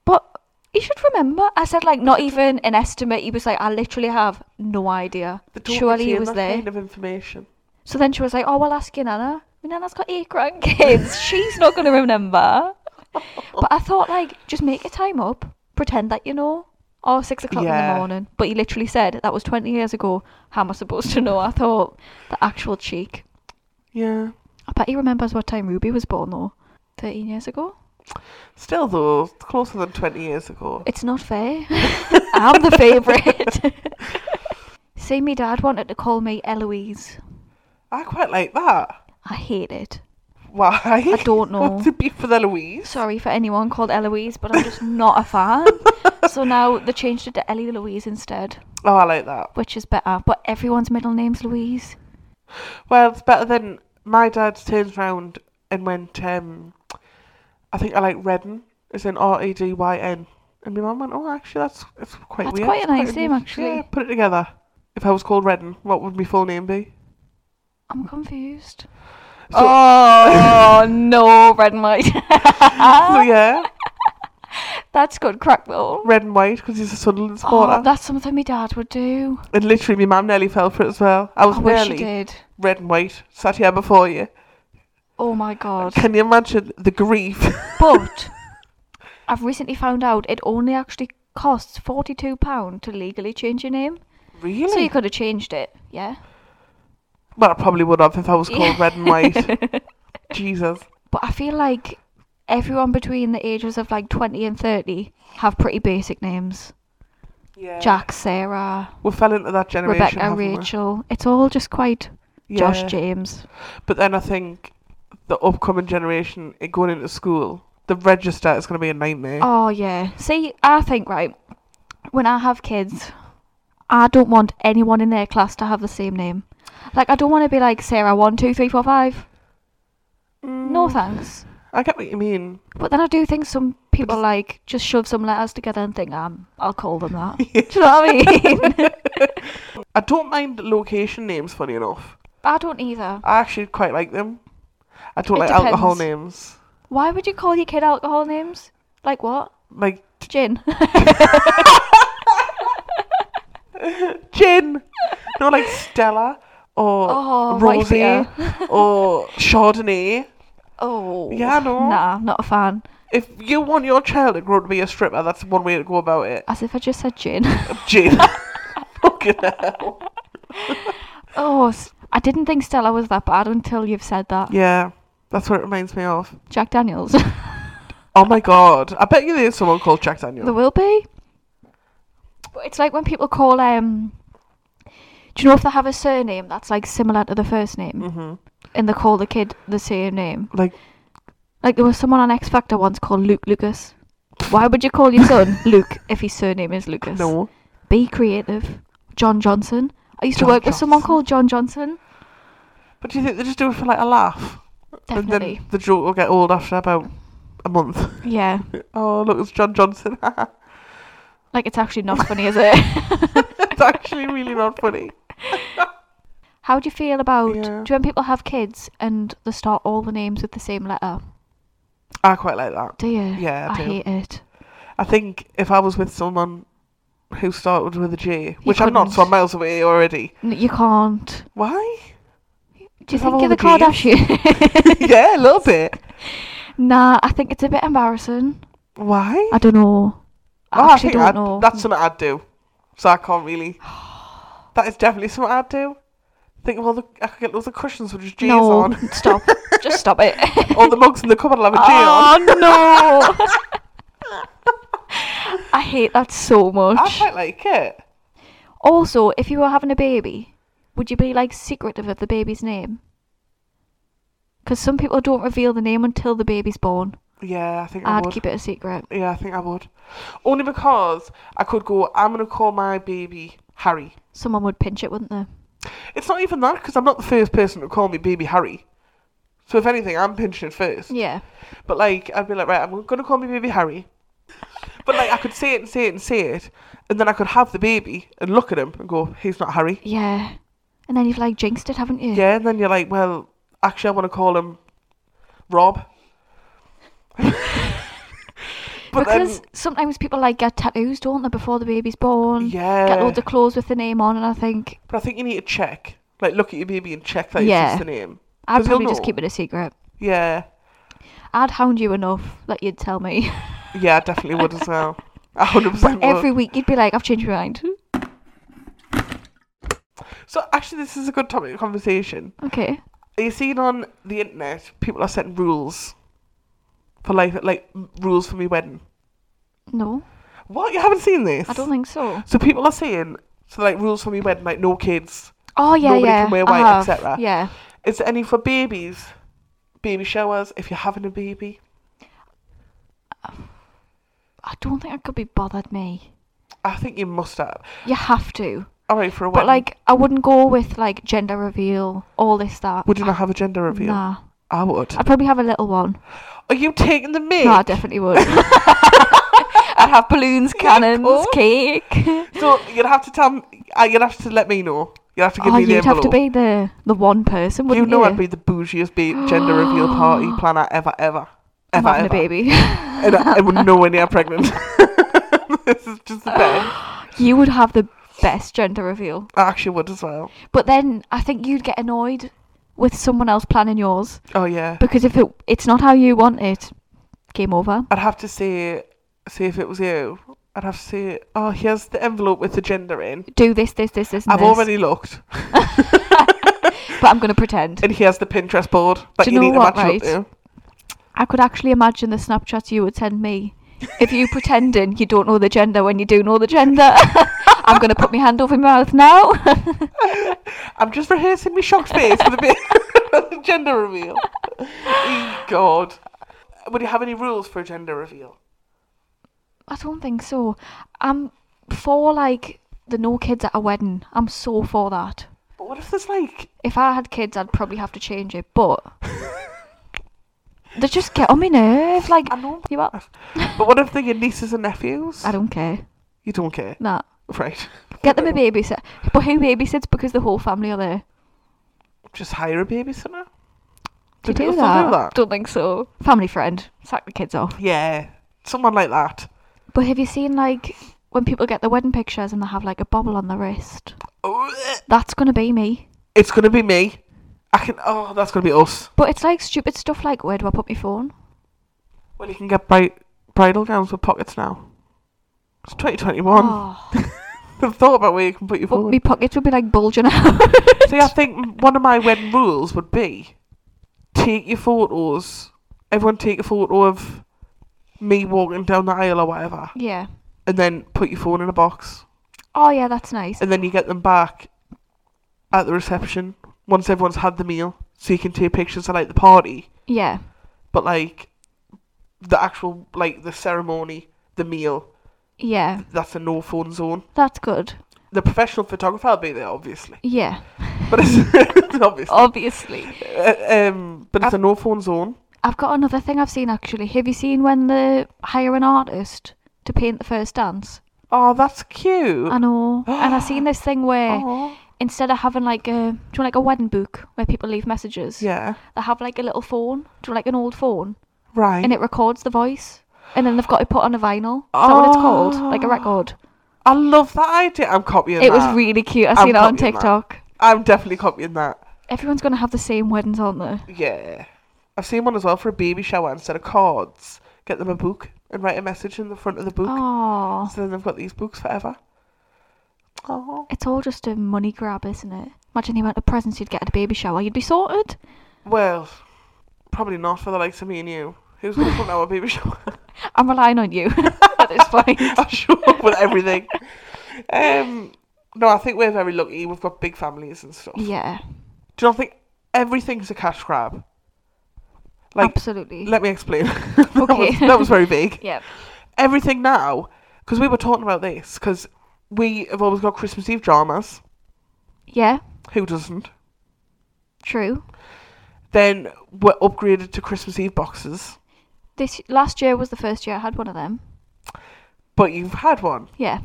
Speaker 1: But you should remember. I said like not even an estimate. He was like, I literally have no idea.
Speaker 2: They don't
Speaker 1: Surely he
Speaker 2: retain
Speaker 1: was
Speaker 2: that
Speaker 1: there.
Speaker 2: kind of information.
Speaker 1: So then she was like, "Oh, well, ask your nana. My nana's got eight grandkids. She's not going to remember." But I thought, like, just make your time up. Pretend that you know. Oh, six o'clock in
Speaker 2: Yeah.
Speaker 1: the morning. But he literally said that was twenty years ago. How am I supposed to know? I thought the actual cheek.
Speaker 2: Yeah.
Speaker 1: I bet he remembers what time Ruby was born though. Thirteen years ago.
Speaker 2: Still, though, it's closer than 20 years ago.
Speaker 1: It's not fair. I'm the favourite. See, me dad wanted to call me Eloise.
Speaker 2: I quite like that.
Speaker 1: I hate it.
Speaker 2: Why? I
Speaker 1: don't know.
Speaker 2: What's the beef with Eloise?
Speaker 1: Sorry for anyone called Eloise, but I'm just not a fan. So now they changed it to Ellie Louise instead,
Speaker 2: Oh, I like that.
Speaker 1: which is better. But everyone's middle name's Louise.
Speaker 2: Well, it's better than my dad turned round and went, um, I think I like Redden, as in R E D Y N. And my mum went, Oh, actually, that's it's quite
Speaker 1: That's
Speaker 2: weird.
Speaker 1: quite a
Speaker 2: It's
Speaker 1: nice name, actually.
Speaker 2: Yeah, put it together. If I was called Redden, what would my full name be?
Speaker 1: I'm confused.
Speaker 2: So-
Speaker 1: oh no, red and white.
Speaker 2: So, yeah,
Speaker 1: That's good crack though.
Speaker 2: Red and White, because he's a Sunderland supporter.
Speaker 1: Oh, that's something my dad would do.
Speaker 2: And literally, my mum nearly fell for it as well. I was
Speaker 1: I wish he
Speaker 2: nearly
Speaker 1: Oh, did.
Speaker 2: Red and White, sat here before you.
Speaker 1: Oh my god.
Speaker 2: Can you imagine the grief?
Speaker 1: But I've recently found out it only actually costs forty-two pound to legally change your name.
Speaker 2: really?
Speaker 1: So you could have changed it, yeah.
Speaker 2: Well, I probably would have if I was called Red and White. Jesus.
Speaker 1: But I feel like everyone between the ages of like twenty and thirty have pretty basic names.
Speaker 2: Yeah.
Speaker 1: Jack, Sarah,
Speaker 2: We fell into that generation.
Speaker 1: Rebecca,
Speaker 2: haven't we?
Speaker 1: Rachel. It's all just quite Josh,
Speaker 2: Yeah.
Speaker 1: James.
Speaker 2: But then I think the upcoming generation eh, going into school, the register is going to be a nightmare.
Speaker 1: Oh yeah. See, I think right when I have kids, I don't want anyone in their class to have the same name. Like I don't want to be like Sarah one two three four five. No thanks.
Speaker 2: Mm. I get what you mean.
Speaker 1: But then I do think some people like just shove some letters together and think um I'll call them that. Do you know what I mean?
Speaker 2: I don't mind location names, funny enough.
Speaker 1: I don't either.
Speaker 2: I actually quite like them. I don't
Speaker 1: It
Speaker 2: like alcohol
Speaker 1: depends.
Speaker 2: names.
Speaker 1: Why would you call your kid alcohol names? Like what?
Speaker 2: Like
Speaker 1: Gin.
Speaker 2: gin. no, like Stella or
Speaker 1: Oh, right,
Speaker 2: Rosie or Chardonnay.
Speaker 1: oh.
Speaker 2: Yeah, I know.
Speaker 1: Nah, not a fan.
Speaker 2: If you want your child to grow up to be a stripper, that's one way to go about it.
Speaker 1: As if I just said gin.
Speaker 2: Gin. Fucking hell.
Speaker 1: Oh, s- I didn't think Stella was that bad until you've said that.
Speaker 2: Yeah, that's what it reminds me of.
Speaker 1: Jack Daniels.
Speaker 2: Oh my god. I bet you there's someone called Jack Daniel.
Speaker 1: there will be. But it's like when people call um. Do you know if they have a surname that's like similar to the first name,
Speaker 2: hmm
Speaker 1: and they call the kid the same name?
Speaker 2: Like,
Speaker 1: Like there was someone on X Factor once called Luke Lucas. Why would you call your son Luke if his surname is Lucas?
Speaker 2: no.
Speaker 1: Be creative. John Johnson. I used
Speaker 2: John
Speaker 1: to work with someone
Speaker 2: Johnson.
Speaker 1: called John Johnson.
Speaker 2: But do you think they just do it for like a laugh? And
Speaker 1: Definitely.
Speaker 2: then the joke will get old after about a month.
Speaker 1: Yeah.
Speaker 2: oh, look, it's John Johnson. it's
Speaker 1: Like it's actually not funny, is it?
Speaker 2: actually really not funny.
Speaker 1: How do you feel about
Speaker 2: Yeah.
Speaker 1: do you know when people have kids and they start all the names with the same letter?
Speaker 2: I quite like that.
Speaker 1: Do you?
Speaker 2: Yeah, I
Speaker 1: I
Speaker 2: do.
Speaker 1: hate it.
Speaker 2: I think if I was with someone who started with a J, which I'm not, so
Speaker 1: couldn't.
Speaker 2: I'm miles away already.
Speaker 1: N- You can't.
Speaker 2: Why?
Speaker 1: Do you
Speaker 2: Just have
Speaker 1: think you're
Speaker 2: all
Speaker 1: the
Speaker 2: the
Speaker 1: Kardashian?
Speaker 2: yeah, a little bit.
Speaker 1: nah, I think it's a bit embarrassing.
Speaker 2: Why?
Speaker 1: I don't know. I
Speaker 2: Oh,
Speaker 1: actually
Speaker 2: I'd,
Speaker 1: don't know.
Speaker 2: That's something I'd do. So I can't really. That is definitely something I'd do. Think of all the. I could get loads of cushions with just J's
Speaker 1: no,
Speaker 2: on.
Speaker 1: stop. Just stop it.
Speaker 2: all the mugs in the cupboard will have a J
Speaker 1: Ah,
Speaker 2: on.
Speaker 1: oh no. I hate that so
Speaker 2: I
Speaker 1: much.
Speaker 2: quite like it.
Speaker 1: Also, if you were having a baby, would you be like secretive of the baby's name? Because some people don't reveal the name until the baby's born.
Speaker 2: Yeah, I think I
Speaker 1: I'd
Speaker 2: would.
Speaker 1: keep it a secret.
Speaker 2: Yeah, I think I would. Only because I could go, I'm going to call my baby Harry.
Speaker 1: Someone would pinch it, wouldn't they?
Speaker 2: It's not even that because I'm not the first person to call me baby Harry. So if anything, I'm pinching it first.
Speaker 1: Yeah.
Speaker 2: But like, I'd be like, right, I'm gonna call me baby Harry. But like, I could say it and say it and say it, and then I could have the baby and look at him and go, he's not Harry.
Speaker 1: Yeah. And then you've like jinxed it, haven't you?
Speaker 2: Yeah, and then you're like, well, actually, I want to call him Rob. but
Speaker 1: because
Speaker 2: then,
Speaker 1: sometimes people like get tattoos, don't they, before the baby's born?
Speaker 2: yeah,
Speaker 1: um, Get loads of clothes with the name on, and I think
Speaker 2: but I think you need to check, like, look at your baby and check that
Speaker 1: Yeah.
Speaker 2: it's just the name.
Speaker 1: I'd
Speaker 2: 'Cause you'll
Speaker 1: probably just
Speaker 2: know.
Speaker 1: keep it a secret.
Speaker 2: Yeah,
Speaker 1: I'd hound you enough that you'd tell me.
Speaker 2: yeah, I definitely would as well. A hundred
Speaker 1: but
Speaker 2: percent. would.
Speaker 1: every week you'd be like, I've changed my mind.
Speaker 2: So actually, this is a good topic of conversation.
Speaker 1: Okay.
Speaker 2: Are you seeing on the internet people are setting rules for life, like m- rules for me wedding.
Speaker 1: No,
Speaker 2: What? You haven't seen this?
Speaker 1: I don't think so.
Speaker 2: So people are saying so like rules for me wedding, like no kids.
Speaker 1: Oh yeah,
Speaker 2: Nobody
Speaker 1: yeah.
Speaker 2: can wear
Speaker 1: I
Speaker 2: white,
Speaker 1: have,
Speaker 2: etc..
Speaker 1: Yeah.
Speaker 2: Is there any for babies? Baby showers. If you're having a baby,
Speaker 1: I don't think I could be bothered, me.
Speaker 2: I think you must have.
Speaker 1: You have to.
Speaker 2: All right, for a
Speaker 1: But
Speaker 2: wedding.
Speaker 1: like, I wouldn't go with like gender reveal, all this that.
Speaker 2: would you not have a gender reveal?
Speaker 1: Nah,
Speaker 2: I would.
Speaker 1: I'd probably have a little one.
Speaker 2: Are you taking the mic?
Speaker 1: No, I definitely would. I'd have balloons,
Speaker 2: Yeah, of
Speaker 1: cannons,
Speaker 2: course.
Speaker 1: cake.
Speaker 2: So you'd have to tell. m- uh, You'd have to let me know. You'd have to give
Speaker 1: oh,
Speaker 2: me the
Speaker 1: you'd have
Speaker 2: envelope.
Speaker 1: to be the the one person,
Speaker 2: you
Speaker 1: wouldn't you?
Speaker 2: know I'd be the bougiest ba- gender reveal party planner ever, ever,
Speaker 1: I'm
Speaker 2: ever,
Speaker 1: having
Speaker 2: ever.
Speaker 1: a baby.
Speaker 2: And I, I would nowhere near pregnant. this is just the best.
Speaker 1: you would have the best gender reveal,
Speaker 2: I actually would as well.
Speaker 1: but then I think you'd get annoyed with someone else planning yours
Speaker 2: Oh yeah.
Speaker 1: because if it it's not how you want it, game over.
Speaker 2: I'd have to say, say if it was you, I'd have to say, oh, here's the envelope with the gender in.
Speaker 1: Do this, this, this, this, and
Speaker 2: I've
Speaker 1: this,
Speaker 2: already looked,
Speaker 1: but I'm gonna pretend.
Speaker 2: and here's the Pinterest board that
Speaker 1: Do
Speaker 2: you,
Speaker 1: you know
Speaker 2: need
Speaker 1: what,
Speaker 2: to match
Speaker 1: right?
Speaker 2: up to.
Speaker 1: I could actually imagine the Snapchats you would send me. If you pretending you don't know the gender when you do know the gender, I'm going to put my hand over my mouth now.
Speaker 2: I'm just rehearsing my shocked face for the bit the gender reveal. E God, would you have any rules for a gender reveal?
Speaker 1: I don't think so. I'm for like the no kids at a wedding. I'm so for that.
Speaker 2: But what if there's like,
Speaker 1: If I had kids, I'd probably have to change it, but they just get on my nerve. Like,
Speaker 2: I know,
Speaker 1: you are,
Speaker 2: but what if they're your nieces and nephews?
Speaker 1: I don't care.
Speaker 2: You don't care,
Speaker 1: Nah.
Speaker 2: right?
Speaker 1: Get them a babysitter. But who babysits because the whole family are there?
Speaker 2: Just hire a babysitter.
Speaker 1: Do you
Speaker 2: people
Speaker 1: do
Speaker 2: still
Speaker 1: that? Don't think so. Family friend. Sack the kids off.
Speaker 2: Yeah, someone like that.
Speaker 1: But have you seen like when people get their wedding pictures and they have like a bobble on the wrist? That's gonna be me.
Speaker 2: It's gonna be me. I can. Oh, that's gonna be us.
Speaker 1: But it's like stupid stuff like where do I put my phone?
Speaker 2: Well, you can get bri- bridal gowns with pockets now. It's 2021.
Speaker 1: Oh,
Speaker 2: I've thought about where you can put your
Speaker 1: but
Speaker 2: phone.
Speaker 1: my pockets would be like bulging out.
Speaker 2: See, I think m- one of my wedding rules would be take your photos. Everyone take a photo of me walking down the aisle or whatever,
Speaker 1: yeah.
Speaker 2: and then put your phone in a box,
Speaker 1: Oh yeah, that's nice.
Speaker 2: and then you get them back at the reception once everyone's had the meal, so you can take pictures of like the party.
Speaker 1: Yeah.
Speaker 2: but like the actual like the ceremony, the meal,
Speaker 1: Yeah.
Speaker 2: that's a no phone zone.
Speaker 1: That's good.
Speaker 2: The professional photographer will be there, obviously,
Speaker 1: Yeah.
Speaker 2: but it's obviously,
Speaker 1: Obviously.
Speaker 2: Uh, um, but it's a no phone zone.
Speaker 1: I've got another thing I've seen actually. Have you seen when they hire an artist to paint the first dance?
Speaker 2: Oh, that's cute.
Speaker 1: I know. and I've seen this thing where
Speaker 2: Aw.
Speaker 1: instead of having like a do you want like a wedding book where people leave messages?
Speaker 2: Yeah,
Speaker 1: they have like a little phone, do you know, like an old phone,
Speaker 2: right.
Speaker 1: and it records the voice. And then they've got it put on a vinyl. Is that what it's called? Like a
Speaker 2: Oh,
Speaker 1: record.
Speaker 2: I love that idea. I'm copying.
Speaker 1: It was
Speaker 2: that.
Speaker 1: really cute. I
Speaker 2: I'm
Speaker 1: seen it on
Speaker 2: copying that.
Speaker 1: TikTok.
Speaker 2: I'm definitely copying that.
Speaker 1: Everyone's gonna have the same weddings, aren't they?
Speaker 2: Yeah, I've seen one as well for a baby shower instead of cards. Get them a book and write a message in the front of the book.
Speaker 1: Oh,
Speaker 2: So then they've got these books forever. Oh.
Speaker 1: it's all just a money grab, isn't it? Imagine the amount of presents you'd get at a baby shower. You'd be sorted.
Speaker 2: Well, probably not for the likes of me and you. Who's going to come our baby shower?
Speaker 1: I'm relying on you at this point.
Speaker 2: I'll show up with everything. Um, no, I think we're very lucky. We've got big families and stuff.
Speaker 1: Yeah,
Speaker 2: Do you not think everything's a cash grab? Like,
Speaker 1: absolutely.
Speaker 2: let me explain. that,
Speaker 1: Okay.
Speaker 2: was, that was very vague.
Speaker 1: yeah,
Speaker 2: Everything now, because we were talking about this, because we have always got Christmas Eve dramas.
Speaker 1: yeah,
Speaker 2: Who doesn't?
Speaker 1: true.
Speaker 2: Then we're upgraded to Christmas Eve boxes.
Speaker 1: This last year was the first year I had one of them.
Speaker 2: But you've had one.
Speaker 1: Yeah,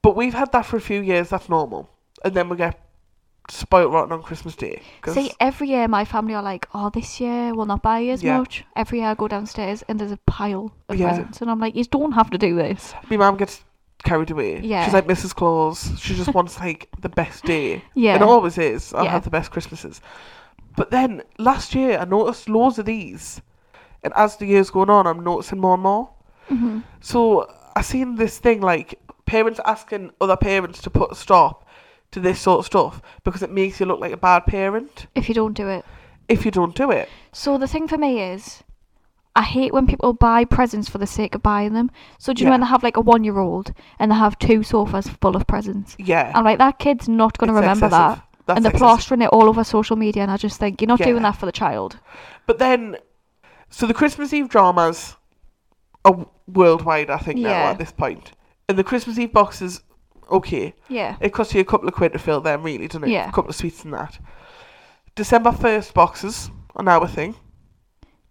Speaker 2: But we've had that for a few years. That's normal. And then we get spoiled rotten on Christmas Day. 'cause-
Speaker 1: See, every year my family are like, "Oh, this year we'll not buy you as
Speaker 2: Yeah.
Speaker 1: much." Every year I go downstairs and there's a pile of
Speaker 2: Yeah.
Speaker 1: presents, and I'm like, "You don't have to do this."
Speaker 2: my mum gets carried away.
Speaker 1: Yeah.
Speaker 2: She's like Mrs. Claus. She just wants like the best day.
Speaker 1: Yeah.
Speaker 2: It always is. I'll
Speaker 1: Yeah.
Speaker 2: have the best Christmases. But then last year I noticed loads of these, and as the years going on, I'm noticing more and more.
Speaker 1: hmm
Speaker 2: So I seen this thing like parents asking other parents to put a stop to this sort of stuff because it makes you look like a bad parent
Speaker 1: If you don't do it,
Speaker 2: if you don't do it.
Speaker 1: so the thing for me is, I hate when people buy presents for the sake of buying them. So do you know
Speaker 2: Yeah.
Speaker 1: when they have like a one year old and they have two sofas full of presents?
Speaker 2: Yeah.
Speaker 1: I'm like, that kid's not going to
Speaker 2: It's
Speaker 1: remember
Speaker 2: excessive.
Speaker 1: that.
Speaker 2: That's
Speaker 1: and they're
Speaker 2: excessive.
Speaker 1: plastering it all over social media, and I just think you're not
Speaker 2: Yeah.
Speaker 1: doing that for the child.
Speaker 2: But then, so the Christmas Eve dramas are worldwide, I think,
Speaker 1: Yeah.
Speaker 2: now at this point. And the Christmas Eve boxes, okay.
Speaker 1: Yeah.
Speaker 2: It costs you a couple of quid to fill them, really, doesn't it?
Speaker 1: Yeah.
Speaker 2: A couple of sweets and that. December 1st boxes are now a thing.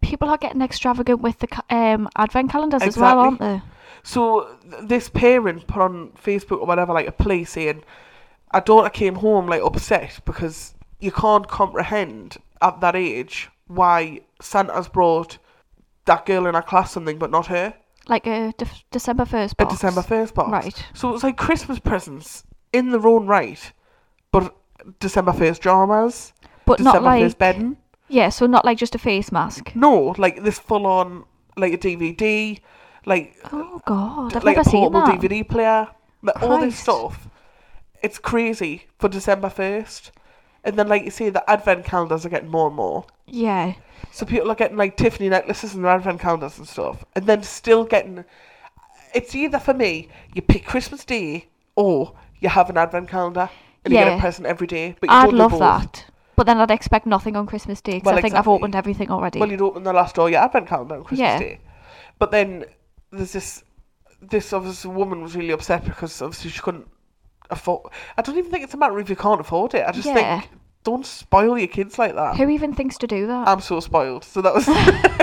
Speaker 1: People are getting extravagant with the ca- um, advent calendars as well, aren't
Speaker 2: Exactly.
Speaker 1: they?
Speaker 2: So th- this parent put on Facebook or whatever, like a play saying, "Our daughter came home like upset because you can't comprehend at that age why Santa's brought that girl in our class something, but not her."
Speaker 1: Like a def- December 1st
Speaker 2: A
Speaker 1: box.
Speaker 2: December first box,
Speaker 1: Right.
Speaker 2: So it's like Christmas presents in their own right, but December first dramas,
Speaker 1: But
Speaker 2: December
Speaker 1: not like.
Speaker 2: first bedding.
Speaker 1: Yeah, so not like just a face mask.
Speaker 2: No, like this full on like a DVD, like
Speaker 1: Oh, God. I've
Speaker 2: like a
Speaker 1: never seen
Speaker 2: portable
Speaker 1: that.
Speaker 2: DVD player, like all
Speaker 1: Christ.
Speaker 2: this stuff. It's crazy for December first, and then like you say, the advent calendars are getting more and more.
Speaker 1: Yeah.
Speaker 2: So people are getting like Tiffany necklaces and their advent calendars and stuff, and then still getting. It's either for me, you pick Christmas Day, or you have an advent calendar and you get
Speaker 1: Yeah.
Speaker 2: a present every day. But you
Speaker 1: I'd
Speaker 2: don't do
Speaker 1: love
Speaker 2: both.
Speaker 1: that. But then I'd expect nothing on Christmas Day 'cause
Speaker 2: Well,
Speaker 1: I think
Speaker 2: exactly.
Speaker 1: I've opened everything already.
Speaker 2: Well, you'd open the last door, your advent calendar on Christmas
Speaker 1: Yeah.
Speaker 2: Day. But then there's this this obvious woman was really upset because obviously she couldn't afford. I don't even think it's a matter of you can't afford it. I just
Speaker 1: Yeah.
Speaker 2: think uh, don't spoil your kids like that.
Speaker 1: Who even thinks to do that?
Speaker 2: I'm so spoiled. So that was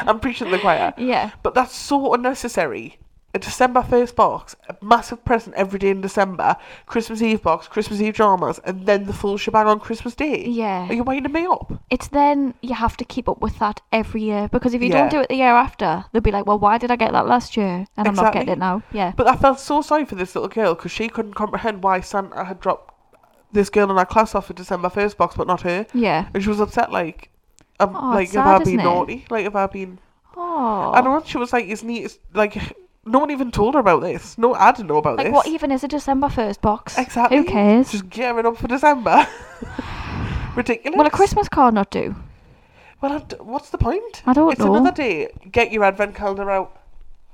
Speaker 2: I'm preaching to the choir.
Speaker 1: yeah.
Speaker 2: But that's so unnecessary. A December first box, a massive present every day in December, Christmas Eve box, Christmas Eve dramas, and then the full shebang on Christmas Day.
Speaker 1: Yeah.
Speaker 2: Are you winding me up?
Speaker 1: It's then you have to keep up with that every year because if you
Speaker 2: Yeah.
Speaker 1: don't do it the year after, they'll be like, well, why did I get that last year? And I'm not getting
Speaker 2: Exactly.
Speaker 1: it now. Yeah.
Speaker 2: But I felt so sorry for this little girl because she couldn't comprehend why Santa had dropped this girl in our class off a December first box, but not her,
Speaker 1: yeah.
Speaker 2: and she was upset. Like, um,
Speaker 1: Oh,
Speaker 2: like
Speaker 1: it's
Speaker 2: have
Speaker 1: sad,
Speaker 2: I been
Speaker 1: isn't it?
Speaker 2: naughty? Like, have I been?
Speaker 1: Oh.
Speaker 2: And once she was like, "Isn't he?" It's, like, no one even told her about this. No, I didn't know about
Speaker 1: Like,
Speaker 2: this.
Speaker 1: what even is a December 1st box?
Speaker 2: Exactly.
Speaker 1: Who cares?
Speaker 2: Just gearing up for December. Ridiculous.
Speaker 1: Will a Christmas card not do?
Speaker 2: Well, I d- what's the point?
Speaker 1: I don't
Speaker 2: it's
Speaker 1: know.
Speaker 2: another day. Get your advent calendar out.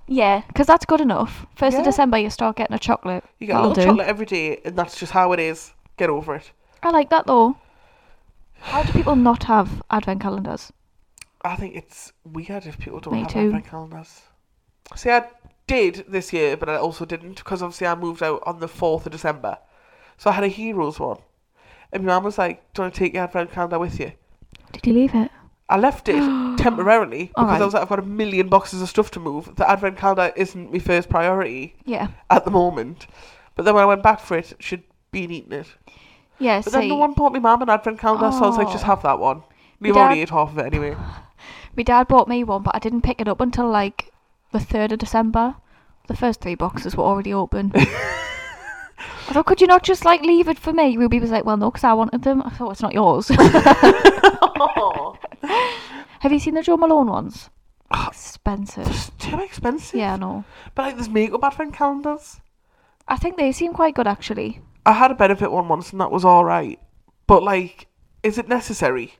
Speaker 1: Yeah, because that's good enough. 1st
Speaker 2: Yeah.
Speaker 1: of December, you start getting a chocolate.
Speaker 2: You get
Speaker 1: That'll
Speaker 2: a little
Speaker 1: do.
Speaker 2: chocolate every day, and that's just how it is. Get over it.
Speaker 1: I like that though. How do people not have advent calendars?
Speaker 2: I think it's weird if people don't
Speaker 1: Me
Speaker 2: have
Speaker 1: too.
Speaker 2: advent calendars. See, I did this year, but I also didn't because obviously I moved out on the 4th of December. So I had a Heroes one. And my mum was like, Do you want to take your advent calendar with you?
Speaker 1: Did you leave it?
Speaker 2: I left it temporarily because
Speaker 1: Alright.
Speaker 2: I was like, I've got a million boxes of stuff to move. The advent calendar isn't my first priority
Speaker 1: Yeah.
Speaker 2: at the moment. But then when I went back for it, she'd been eating it.
Speaker 1: Yeah,
Speaker 2: But
Speaker 1: see,
Speaker 2: then no one bought me mum an advent calendar, so I was like, just
Speaker 1: Oh.
Speaker 2: have that one. You've
Speaker 1: dad-
Speaker 2: already ate half of it anyway.
Speaker 1: my dad bought me one, but I didn't pick it up until like the 3rd of December. The first three boxes were already open. I thought, could you not just like leave it for me? Ruby was like, well, no, 'cause I wanted them. I thought, it's not yours. Have you seen the Joe Malone ones?
Speaker 2: Ah.
Speaker 1: Expensive.
Speaker 2: It's too expensive.
Speaker 1: Yeah, I know.
Speaker 2: But like there's makeup advent calendars.
Speaker 1: I think they seem quite good actually.
Speaker 2: I had a benefit one once and that was alright. But like, is it necessary?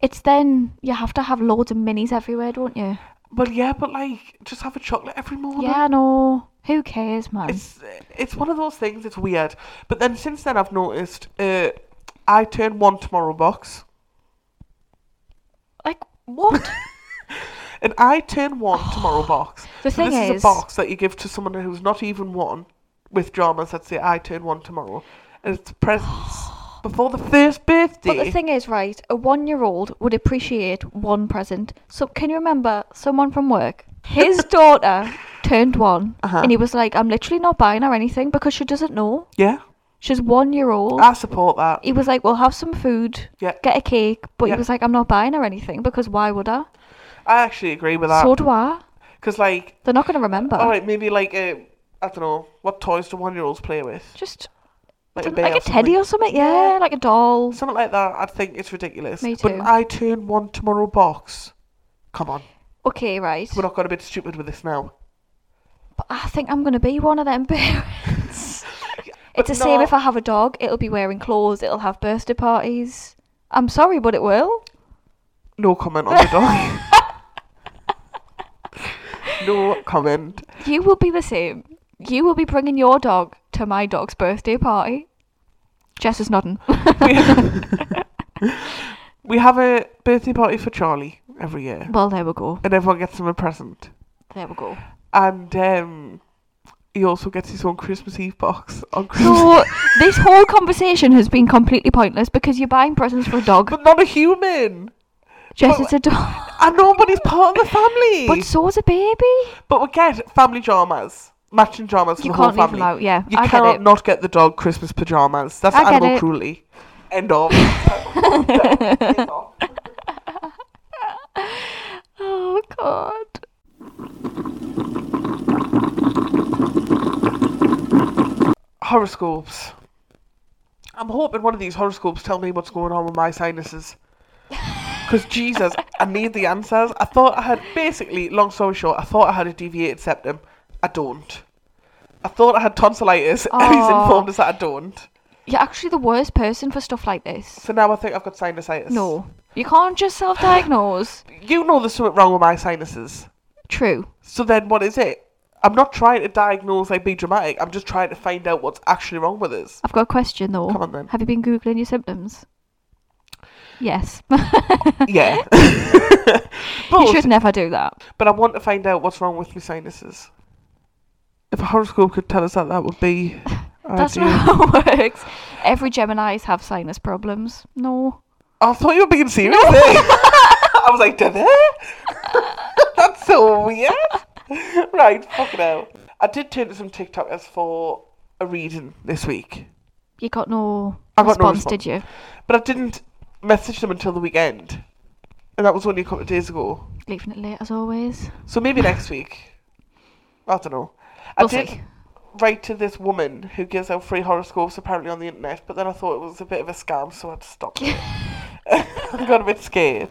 Speaker 1: It's then you have to have loads of minis everywhere, don't you?
Speaker 2: Well, yeah, but like, just have a chocolate every morning.
Speaker 1: Yeah, I know. Who cares, man?
Speaker 2: It's it's one of those things. It's weird. But then since then, I've noticed. Uh, I turn one tomorrow box,
Speaker 1: Like what?
Speaker 2: and I turn one tomorrow box.
Speaker 1: The
Speaker 2: so
Speaker 1: thing
Speaker 2: this is,
Speaker 1: is-
Speaker 2: a box that you give to someone who's not even one, with dramas that say "I turn one tomorrow," and it's presents before the first birthday.
Speaker 1: but the thing is, right? A one-year-old would appreciate one present. So can you remember someone from work? His daughter turned one,
Speaker 2: Uh-huh.
Speaker 1: and he was like, "I'm literally not buying her anything because she doesn't know.
Speaker 2: yeah,
Speaker 1: She's one year old."
Speaker 2: I support that.
Speaker 1: he was like, "We'll have some food,
Speaker 2: Ah. Yeah.
Speaker 1: get a cake," but
Speaker 2: Yeah.
Speaker 1: he was like, "I'm not buying her anything because why would I?
Speaker 2: I actually agree with
Speaker 1: So
Speaker 2: that
Speaker 1: do I.
Speaker 2: because, like,
Speaker 1: They're not going to remember.
Speaker 2: all right, maybe like a, I don't know, what toys do one-year-olds play with?
Speaker 1: Just
Speaker 2: Like
Speaker 1: like a,
Speaker 2: bear or something.
Speaker 1: teddy or something. Yeah, like a doll.
Speaker 2: something like that. I think it's ridiculous.
Speaker 1: Me
Speaker 2: But
Speaker 1: too.
Speaker 2: I turn one tomorrow box. Come on,
Speaker 1: Okay, right.
Speaker 2: we're not going a bit stupid with this now.
Speaker 1: But I think I'm gonna be one of them parents.
Speaker 2: but
Speaker 1: it's the same
Speaker 2: no-
Speaker 1: if I have a dog. It'll be wearing clothes. It'll have birthday parties. I'm sorry, but it will.
Speaker 2: No comment on the dog. no comment.
Speaker 1: You will be the same. You will be bringing your dog to my dog's birthday party. Jess is nodding.
Speaker 2: We have, we have a birthday party for Charlie every year,
Speaker 1: well, there we go.
Speaker 2: and everyone gets him a present.
Speaker 1: There we go.
Speaker 2: And um, he also gets his own Christmas Eve box on Christmas.
Speaker 1: So this whole conversation has been completely pointless because you're buying presents for a dog.
Speaker 2: but not a human.
Speaker 1: Jess,
Speaker 2: but-
Speaker 1: it's a dog.
Speaker 2: And nobody's part of the family.
Speaker 1: But so's a baby.
Speaker 2: But we get family dramas, matching dramas for
Speaker 1: You
Speaker 2: the whole
Speaker 1: can't leave them
Speaker 2: family.
Speaker 1: out. Yeah,
Speaker 2: You
Speaker 1: I get
Speaker 2: cannot
Speaker 1: it.
Speaker 2: not get the dog Christmas pajamas. That's
Speaker 1: I get
Speaker 2: animal
Speaker 1: it.
Speaker 2: cruelty. End of.
Speaker 1: Oh God.
Speaker 2: horoscopes. I'm hoping one of these horoscopes tell me what's going on with my sinuses. Because Jesus, I need the answers. I thought I had basically, long story short, I thought I had a deviated septum. I don't. I thought I had tonsillitis, and he's
Speaker 1: Aw.
Speaker 2: informed us that I don't.
Speaker 1: You're actually the worst person for stuff like this.
Speaker 2: So now I think I've got sinusitis.
Speaker 1: No, you can't just self-diagnose.
Speaker 2: You know there's something wrong with my sinuses.
Speaker 1: True.
Speaker 2: So then what is it? I'm not trying to diagnose, like, be dramatic. I'm just trying to find out what's actually wrong with us.
Speaker 1: I've got a question though.
Speaker 2: Come on then.
Speaker 1: Have you been googling your symptoms? Yes.
Speaker 2: yeah.
Speaker 1: you
Speaker 2: But-
Speaker 1: should never do that.
Speaker 2: But I want to find out what's wrong with my sinuses. If a horoscope could tell us that, that would be.
Speaker 1: That's
Speaker 2: ideal.
Speaker 1: not how it works. Every Gemini's have sinus problems. No.
Speaker 2: I thought you were being serious. there. I was like, did they? That's so weird. right, fuck it out. I did turn to some TikTokers for a reading this week,
Speaker 1: You got no
Speaker 2: I got no
Speaker 1: response,
Speaker 2: response.
Speaker 1: did you?
Speaker 2: but I didn't message them until the weekend, and that was only a couple of days ago.
Speaker 1: Leaving it late as always.
Speaker 2: So maybe next week. I don't know. I
Speaker 1: We'll
Speaker 2: did
Speaker 1: see.
Speaker 2: write to this woman who gives out free horoscopes apparently on the internet, but then I thought it was a bit of a scam, so I stopped it. I got a bit scared.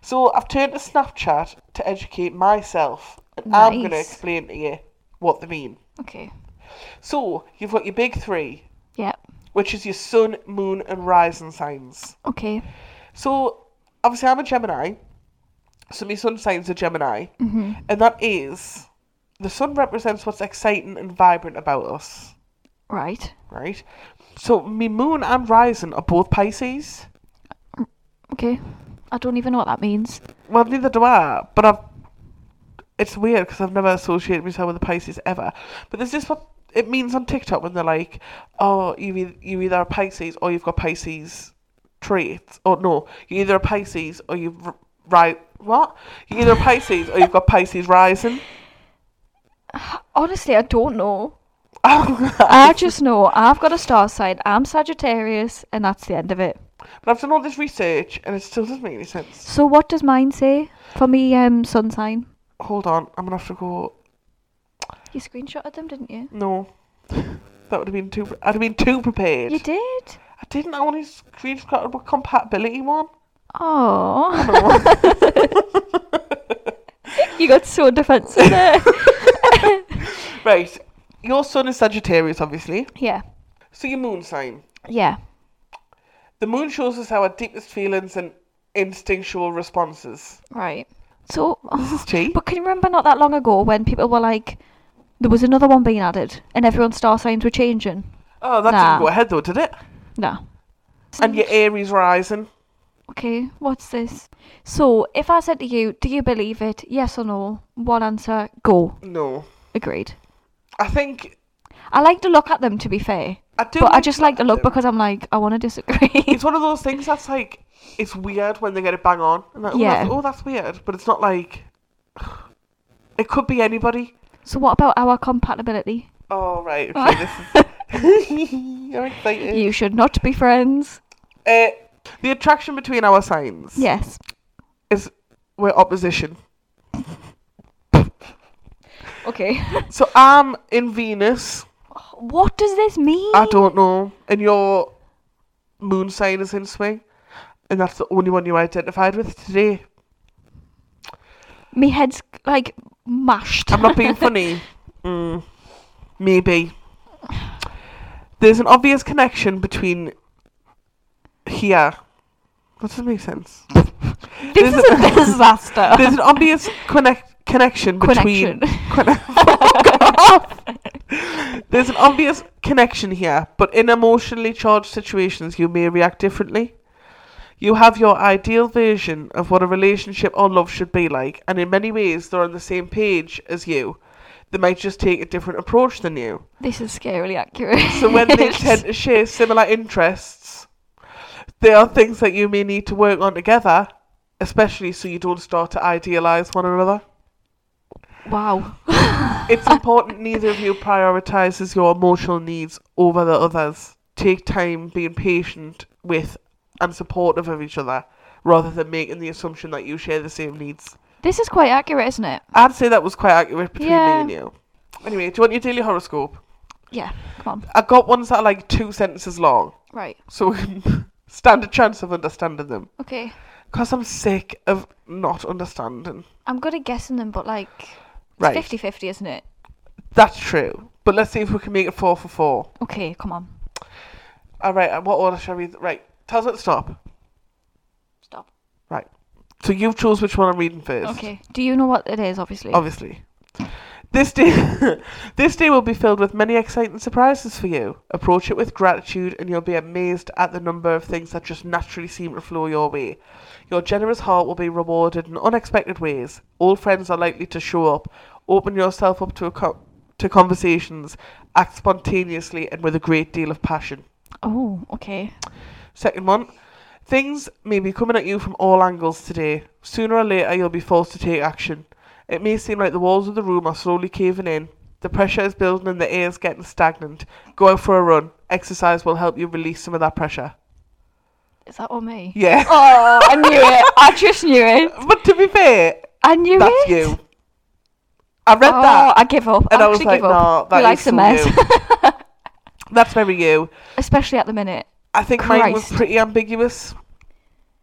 Speaker 2: So I've turned to Snapchat to educate myself, and I'm going to
Speaker 1: Nice.
Speaker 2: explain to you what they mean.
Speaker 1: Okay.
Speaker 2: So you've got your big three,
Speaker 1: Yep.
Speaker 2: which is your sun, moon, and rising signs.
Speaker 1: Okay.
Speaker 2: So obviously I'm a Gemini. So my sun sign's a Gemini.
Speaker 1: Mm-hmm.
Speaker 2: And that is the sun represents what's exciting and vibrant about us,
Speaker 1: Right.
Speaker 2: right? So my moon and rising are both Pisces.
Speaker 1: Okay. I don't even know what that means.
Speaker 2: Well, neither do I, but I've it's weird because I've never associated myself with a Pisces ever. But this is what it means on TikTok when they're like, "Oh, you eith- you either are Pisces or you've got Pisces traits, or no, you either a Pisces or you've r- right what? You either a Pisces or you've got Pisces rising."
Speaker 1: Honestly, I don't know.
Speaker 2: but
Speaker 1: I just know I've got a star sign. I'm Sagittarius, and that's the end of it.
Speaker 2: I've done all this research and it still doesn't make any sense.
Speaker 1: So what does mine say for me? Um, sun sign.
Speaker 2: Hold on, I'm gonna have to go.
Speaker 1: You screenshotted them, didn't you?
Speaker 2: No, that would have been too. I'd have been too prepared.
Speaker 1: You did.
Speaker 2: I didn't. I only screenshotted a compatibility one.
Speaker 1: Oh. you got so defensive there.
Speaker 2: Right. Your sun is Sagittarius, obviously.
Speaker 1: yeah.
Speaker 2: So your moon sign.
Speaker 1: Yeah.
Speaker 2: The moon shows us our deepest feelings and instinctual responses.
Speaker 1: Right. So,
Speaker 2: This is tea.
Speaker 1: but can you remember not that long ago when people were like, there was another one being added, and everyone's star signs were changing?
Speaker 2: Oh, that
Speaker 1: Nah.
Speaker 2: didn't go ahead though, did it?
Speaker 1: Nah.
Speaker 2: And your Aries rising.
Speaker 1: Okay, what's this? So, if I said to you, do you believe it? Yes or no? One answer, go.
Speaker 2: No.
Speaker 1: Agreed.
Speaker 2: I think
Speaker 1: I like to look at them, to be fair.
Speaker 2: I do.
Speaker 1: But I
Speaker 2: like
Speaker 1: just like to look
Speaker 2: them.
Speaker 1: because I'm like, I want to disagree.
Speaker 2: it's one of those things that's like it's weird when they get it bang on. And like, oh,
Speaker 1: Yeah.
Speaker 2: that's, oh, that's weird, but it's not like it could be anybody.
Speaker 1: so, what about our compatibility?
Speaker 2: Oh right, okay, this is. I'm excited.
Speaker 1: You should not be friends.
Speaker 2: Uh, the attraction between our signs.
Speaker 1: Yes.
Speaker 2: is we're opposition.
Speaker 1: Okay.
Speaker 2: So I'm in Venus.
Speaker 1: what does this mean?
Speaker 2: I don't know. And your moon sign is in swing. And that's the only one you identified with today.
Speaker 1: My head's like mashed.
Speaker 2: I'm not being funny. Mm, maybe. There's an obvious connection between here. That doesn't make sense.
Speaker 1: this
Speaker 2: There's
Speaker 1: is a disaster.
Speaker 2: There's an obvious connect connection between. Oh,
Speaker 1: Connection.
Speaker 2: There's an obvious connection here, but in emotionally charged situations, you may react differently. You have your ideal version of what a relationship or love should be like, and in many ways, they're on the same page as you. They might just take a different approach than you.
Speaker 1: This is scarily accurate.
Speaker 2: So when they tend to share similar interests, there are things that you may need to work on together, especially so you don't start to idealize one another.
Speaker 1: wow.
Speaker 2: It's important neither of you prioritizes your emotional needs over the others. Take time being patient with and supportive of each other rather than making the assumption that you share the same needs.
Speaker 1: This is quite accurate, isn't it?
Speaker 2: I'd say that was quite accurate between
Speaker 1: Yeah.
Speaker 2: me and you. Anyway, do you want your daily horoscope?
Speaker 1: Yeah. Come on.
Speaker 2: I got ones that are like two sentences long,
Speaker 1: Right.
Speaker 2: so we can stand a chance of understanding them.
Speaker 1: Okay.
Speaker 2: Because I'm sick of not understanding.
Speaker 1: I'm good at guessing them, but like it's
Speaker 2: Right.
Speaker 1: 50-50, isn't it?
Speaker 2: That's true. But let's see if we can make it four for four.
Speaker 1: Okay, come on.
Speaker 2: All right, and what order shall we? Right, tell us when to stop.
Speaker 1: Stop.
Speaker 2: Right. So you chose which one I'm reading first.
Speaker 1: Okay. Do you know what it is, obviously?
Speaker 2: Obviously. This day, this day will be filled with many exciting surprises for you. Approach it with gratitude, and you'll be amazed at the number of things that just naturally seem to flow your way. Your generous heart will be rewarded in unexpected ways. Old friends are likely to show up. Open yourself up to a co- to conversations. Act spontaneously and with a great deal of passion.
Speaker 1: oh, okay.
Speaker 2: Second one, things may be coming at you from all angles today. Sooner or later, you'll be forced to take action. It may seem like the walls of the room are slowly caving in. The pressure is building and the air is getting stagnant. Go out for a run. Exercise will help you release some of that pressure.
Speaker 1: Is that all me?
Speaker 2: Yeah.
Speaker 1: Oh, I knew it. I just knew it.
Speaker 2: But to be fair,
Speaker 1: I knew
Speaker 2: that's
Speaker 1: it.
Speaker 2: you. I read
Speaker 1: Oh,
Speaker 2: that
Speaker 1: I give up.
Speaker 2: and
Speaker 1: I
Speaker 2: I was
Speaker 1: actually
Speaker 2: like,
Speaker 1: give up.
Speaker 2: nah, that
Speaker 1: Your life's
Speaker 2: is
Speaker 1: a
Speaker 2: so
Speaker 1: mess.
Speaker 2: you. That's very you.
Speaker 1: Especially at the minute.
Speaker 2: I think mine was
Speaker 1: Christ.
Speaker 2: pretty ambiguous.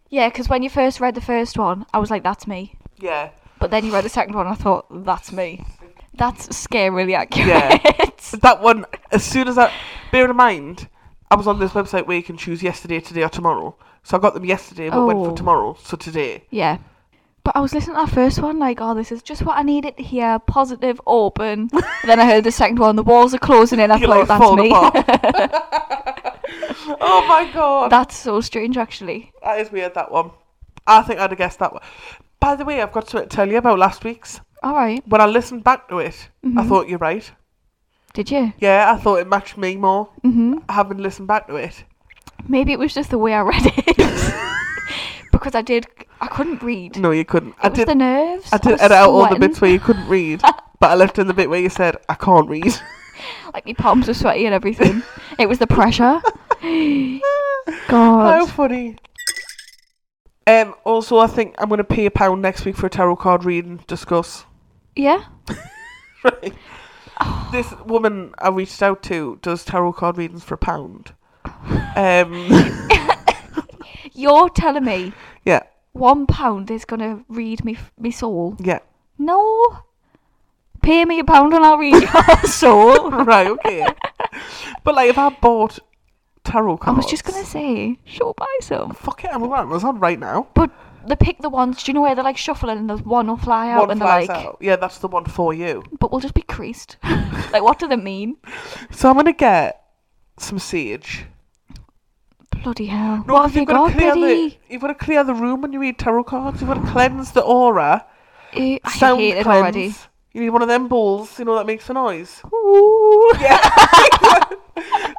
Speaker 1: Yeah, because when you first read the first one, I was like, that's me.
Speaker 2: Yeah.
Speaker 1: But then you read the second one, and I thought, that's me. That's scarily accurate.
Speaker 2: that one as soon as I bear in mind I was on this website where you can choose yesterday, today or tomorrow. So I got them yesterday but went
Speaker 1: Oh.
Speaker 2: for tomorrow. So today.
Speaker 1: yeah. But I was listening to that first one, like, oh, this is just what I needed to hear. Positive, open. then I heard the second one, the walls are closing in. I
Speaker 2: You're
Speaker 1: thought,
Speaker 2: like
Speaker 1: that's
Speaker 2: falling
Speaker 1: me.
Speaker 2: apart. oh my god.
Speaker 1: that's so strange, actually.
Speaker 2: that is weird that one. I think I'd have guessed that one. By the way, I've got something to tell you about last week's.
Speaker 1: All right.
Speaker 2: When I listened back to it, I
Speaker 1: Mm-hmm.
Speaker 2: thought you're right.
Speaker 1: Did you?
Speaker 2: Yeah, I thought it matched me more.
Speaker 1: hmm
Speaker 2: Having listened back to it.
Speaker 1: Maybe it was just the way I read it. because I did, I couldn't read.
Speaker 2: No, you couldn't. I
Speaker 1: it was
Speaker 2: did
Speaker 1: the nerves.
Speaker 2: I did
Speaker 1: was
Speaker 2: edit out all the
Speaker 1: sweating.
Speaker 2: bits where you couldn't read, but I left in the bit where you said I can't read.
Speaker 1: Like, my palms were sweaty and everything. it was the pressure.
Speaker 2: How
Speaker 1: God.
Speaker 2: funny. Um, also, I think I'm going to pay a pound next week for a tarot card reading. Discuss.
Speaker 1: Yeah?
Speaker 2: Right. this woman I reached out to does tarot card readings for a pound. Um,
Speaker 1: You're telling me
Speaker 2: yeah,
Speaker 1: one pound is gonna read me me soul?
Speaker 2: yeah.
Speaker 1: No. Pay me a pound and I'll read your soul.
Speaker 2: Right, okay. but like, if I bought tarot
Speaker 1: I
Speaker 2: cards,
Speaker 1: was just gonna say, sure buy some.
Speaker 2: fuck it. I'm on Amazon right now.
Speaker 1: But they pick the ones. Do you know where they're like shuffling and there's one will fly out
Speaker 2: One
Speaker 1: and they're
Speaker 2: flies
Speaker 1: like,
Speaker 2: out. Yeah, that's the one for you.
Speaker 1: but we'll just be creased. like, what do they mean?
Speaker 2: So I'm gonna get some sage.
Speaker 1: Bloody hell!
Speaker 2: No,
Speaker 1: what
Speaker 2: 'cause
Speaker 1: have you
Speaker 2: you've got
Speaker 1: got,
Speaker 2: to clear the
Speaker 1: Biddy?
Speaker 2: you've got to clear the room when you read tarot cards. You've got to cleanse the aura.
Speaker 1: Eh, I
Speaker 2: sound
Speaker 1: hate it
Speaker 2: cleanse.
Speaker 1: already.
Speaker 2: You need one of them balls, you know, that makes a noise.
Speaker 1: Ooh.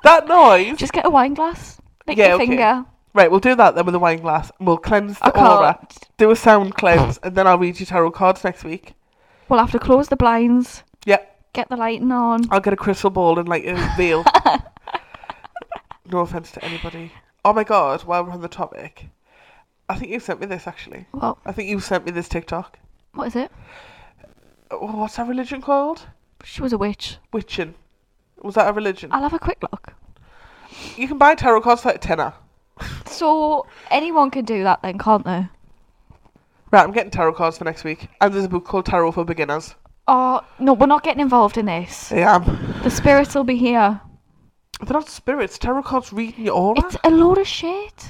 Speaker 2: That noise.
Speaker 1: Just get a wine glass. Lick
Speaker 2: Yeah,
Speaker 1: your
Speaker 2: okay.
Speaker 1: finger.
Speaker 2: Right, we'll do that then with a wine glass. and We'll cleanse
Speaker 1: I
Speaker 2: the aura.
Speaker 1: can't.
Speaker 2: Do a sound cleanse, and then I'll read you tarot cards next week.
Speaker 1: We'll have to close the blinds.
Speaker 2: Yeah,
Speaker 1: Get the lighting on.
Speaker 2: I'll get a crystal ball and like a veil. no offense to anybody. Oh my god! While we're on the topic, I think you sent me this actually.
Speaker 1: What?
Speaker 2: I think you sent me this TikTok.
Speaker 1: What is it?
Speaker 2: Uh, What's that religion called?
Speaker 1: She was a witch.
Speaker 2: Witching. Was that a religion?
Speaker 1: I'll have a quick look.
Speaker 2: You can buy tarot cards for like a tenner.
Speaker 1: So anyone can do that then, can't they?
Speaker 2: Right, I'm getting tarot cards for next week. And there's a book called Tarot for Beginners.
Speaker 1: Oh no, we're not getting involved in this.
Speaker 2: I am.
Speaker 1: The spirits will be here.
Speaker 2: They're not spirits. Tarot cards reading your aura.
Speaker 1: It's a load of shit.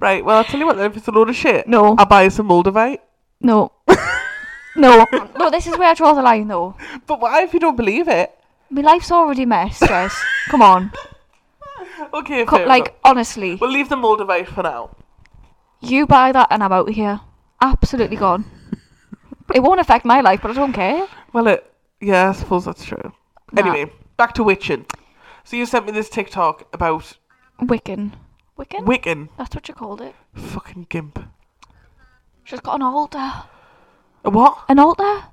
Speaker 2: Right, well, I'll tell you what then. If it's a load of shit,
Speaker 1: No.
Speaker 2: I'll buy you some Moldavite.
Speaker 1: No. No, no, this is where I draw the line though.
Speaker 2: But why if you don't believe it?
Speaker 1: My life's already messed, Jess. Come on.
Speaker 2: Okay,
Speaker 1: Co-
Speaker 2: fair
Speaker 1: like,
Speaker 2: enough.
Speaker 1: honestly,
Speaker 2: we'll leave the mold device for now.
Speaker 1: you buy that and I'm out of here. Absolutely gone. it won't affect my life, but I don't care.
Speaker 2: Well, it yeah, I suppose that's true.
Speaker 1: Nah.
Speaker 2: Anyway, back to witching. So you sent me this TikTok about
Speaker 1: Wiccan. Wiccan?
Speaker 2: Wiccan.
Speaker 1: That's what you called it.
Speaker 2: Fucking gimp.
Speaker 1: She's got an altar.
Speaker 2: A What?
Speaker 1: An altar?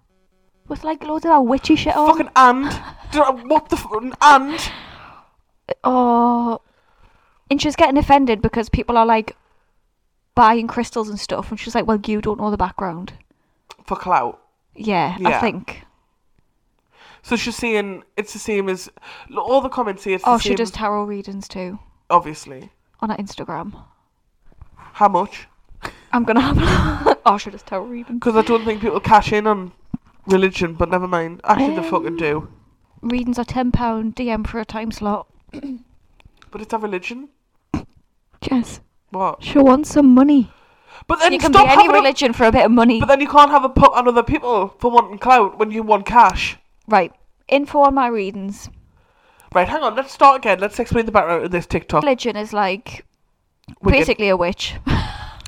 Speaker 1: With like loads of that witchy shit on.
Speaker 2: Fucking and. Do- what the f- an and?
Speaker 1: Oh. And she's getting offended because people are like buying crystals and stuff. And she's like, well, you don't know the background.
Speaker 2: For clout.
Speaker 1: Yeah, I
Speaker 2: Yeah.
Speaker 1: think.
Speaker 2: So she's saying it's the same as look, all the comments say it's
Speaker 1: Oh,
Speaker 2: the same.
Speaker 1: she does
Speaker 2: as-
Speaker 1: tarot readings too
Speaker 2: obviously.
Speaker 1: on her Instagram.
Speaker 2: How much?
Speaker 1: I'm gonna have a look. Oh, she does tarot readings.
Speaker 2: Because I don't think people cash in on religion, but never mind. Actually, they fucking
Speaker 1: Um.
Speaker 2: do.
Speaker 1: Readings are £10 DM for a time slot.
Speaker 2: But it's a religion.
Speaker 1: Jess,
Speaker 2: What?
Speaker 1: she wants some money.
Speaker 2: But then
Speaker 1: you can be
Speaker 2: stop
Speaker 1: any
Speaker 2: having a-
Speaker 1: religion for a bit of money.
Speaker 2: But then you can't have a put on other people for wanting clout when you want cash.
Speaker 1: Right. Info on my readings.
Speaker 2: Right, hang on, let's start again. Let's explain the background of this TikTok.
Speaker 1: Religion is like
Speaker 2: Wiccan.
Speaker 1: basically a witch.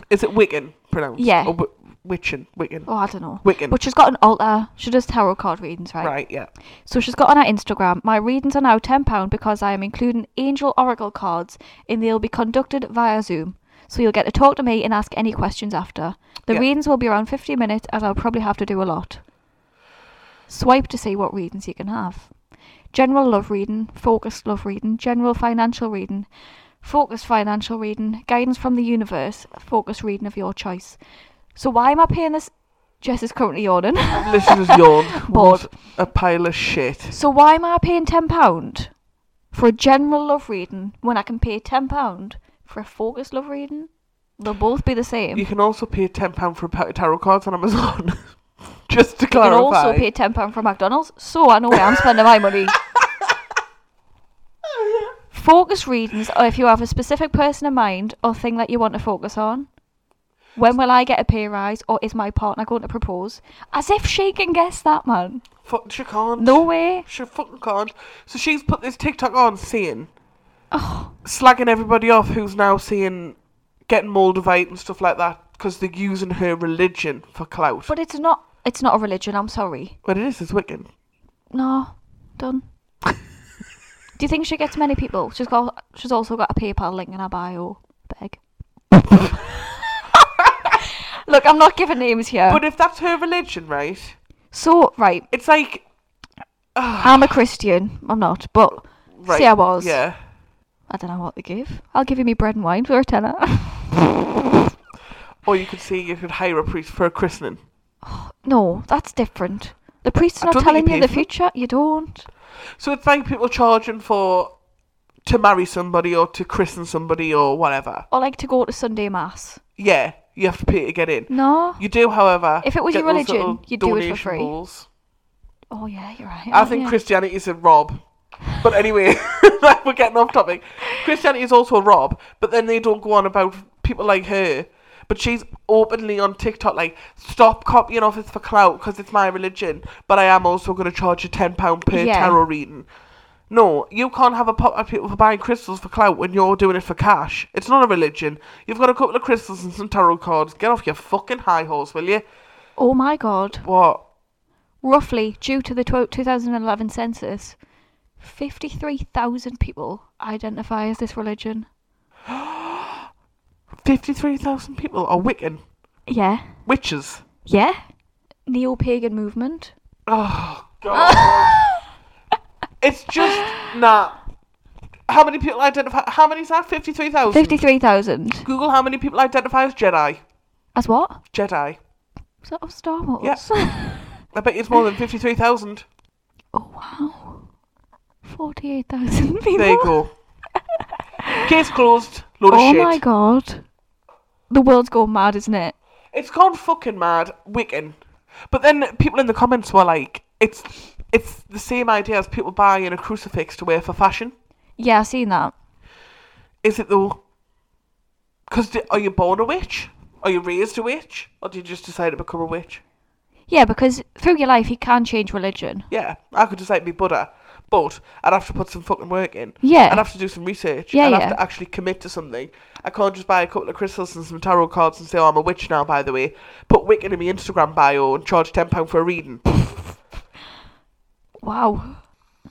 Speaker 2: Is it Wiccan pronounced?
Speaker 1: Yeah.
Speaker 2: Or w- Witchin. Wiccan.
Speaker 1: Oh, I don't know.
Speaker 2: Wiccan.
Speaker 1: But she's got an altar. She does tarot card readings, right?
Speaker 2: right, yeah.
Speaker 1: So she's got on her Instagram. My readings are now ten pound because I am including angel oracle cards, and they'll be conducted via Zoom. So you'll get to talk to me and ask any questions after. The
Speaker 2: Yeah.
Speaker 1: readings will be around fifty minutes, as I'll probably have to do a lot. Swipe to see what readings you can have. General love reading, focused love reading, general financial reading, focused financial reading, guidance from the universe, focused reading of your choice. So why am I paying this? Jess is currently yawning.
Speaker 2: Listeners yawned.
Speaker 1: Bored.
Speaker 2: What a pile of shit.
Speaker 1: So why am I paying ten pound for a general love reading when I can pay ten pound for a focused love reading? They'll both be the same.
Speaker 2: You
Speaker 1: You
Speaker 2: can also pay £10 for a pack of tarot cards on Amazon. Just to
Speaker 1: can
Speaker 2: clarify.
Speaker 1: also pay ten pound for McDonald's, so I know where I'm spending my money. Focus readings are if you have a specific person in mind or thing that you want to focus on. When will I get a pay rise, or is my partner going to propose? As if she can guess that, man.
Speaker 2: Fuck, she can't.
Speaker 1: No way.
Speaker 2: She fucking can't. So she's put this TikTok on saying,
Speaker 1: Oh.
Speaker 2: slagging everybody off who's now saying, getting Moldavite and stuff like that because they're using her religion for clout.
Speaker 1: But it's not. It's not a religion. I'm sorry.
Speaker 2: But it is, it's Wiccan.
Speaker 1: No, done. Do you think she gets many people? She's got. She's also got a PayPal link in her bio. Beg. Look, I'm not giving names here.
Speaker 2: But if that's her religion, right?
Speaker 1: so right,
Speaker 2: It's like,
Speaker 1: I'm a Christian. I'm not, but
Speaker 2: right?
Speaker 1: see, I was.
Speaker 2: Yeah.
Speaker 1: I don't know what they give. I'll give you me bread and wine for a tenner.
Speaker 2: Or you could say you could hire a priest for a christening.
Speaker 1: no, that's different. The priest's
Speaker 2: I
Speaker 1: not
Speaker 2: don't think you
Speaker 1: telling you the
Speaker 2: pay for it.
Speaker 1: future. You don't.
Speaker 2: So it's like people charging for to marry somebody or to christen somebody or whatever.
Speaker 1: Or like to go to Sunday mass.
Speaker 2: Yeah, you have to pay to get in.
Speaker 1: No.
Speaker 2: You do, however.
Speaker 1: If it was
Speaker 2: get
Speaker 1: your
Speaker 2: those
Speaker 1: religion,
Speaker 2: little
Speaker 1: you'd do it for
Speaker 2: donation
Speaker 1: free.
Speaker 2: balls.
Speaker 1: Oh yeah, you're right.
Speaker 2: I
Speaker 1: aren't
Speaker 2: think
Speaker 1: you?
Speaker 2: Christianity is a rob. But anyway, we're getting off topic. Christianity is also a rob, but then they don't go on about people like her. But she's openly on TikTok like, stop copying off us for clout because it's my religion, but I am also going to charge you £10 per
Speaker 1: Yeah.
Speaker 2: tarot reading. No, you can't have a pop at people for buying crystals for clout when you're doing it for cash. It's not a religion. You've got a couple of crystals and some tarot cards. Get off your fucking high horse, will you?
Speaker 1: Oh my god.
Speaker 2: What?
Speaker 1: roughly due to the tw- 2011 census 53,000 people identify as this religion
Speaker 2: 53,000 people are Wiccan.
Speaker 1: yeah
Speaker 2: Witches.
Speaker 1: yeah neo-pagan movement
Speaker 2: Oh god. it's just nah. How many people identify? How many is that? Fifty-three thousand.
Speaker 1: 53,000
Speaker 2: Google how many people identify as Jedi.
Speaker 1: as what
Speaker 2: Jedi.
Speaker 1: was that of Star Wars
Speaker 2: I bet it's more than fifty-three thousand.
Speaker 1: oh wow 48,000 people
Speaker 2: There you go. Case closed. Load
Speaker 1: oh
Speaker 2: of shit.
Speaker 1: my god the world's going mad isn't it
Speaker 2: It's gone fucking mad. Wiccan. But then people in the comments were like, "It's it's the same idea as people buying a crucifix to wear for fashion."
Speaker 1: yeah I've seen that
Speaker 2: Is it though? Because are you born a witch? Are you raised a witch? Or do you just decide to become a witch?
Speaker 1: Yeah, because through your life you can change religion.
Speaker 2: Yeah, I could just like be Buddha, but I'd have to put some fucking work in.
Speaker 1: Yeah.
Speaker 2: I'd have to do some research.
Speaker 1: Yeah,
Speaker 2: I'd
Speaker 1: yeah.
Speaker 2: have to actually commit to something. I can't just buy a couple of crystals and some tarot cards and say, oh, I'm a witch now, by the way. Put Wiccan in my Instagram bio and charge £10 for a reading.
Speaker 1: Wow.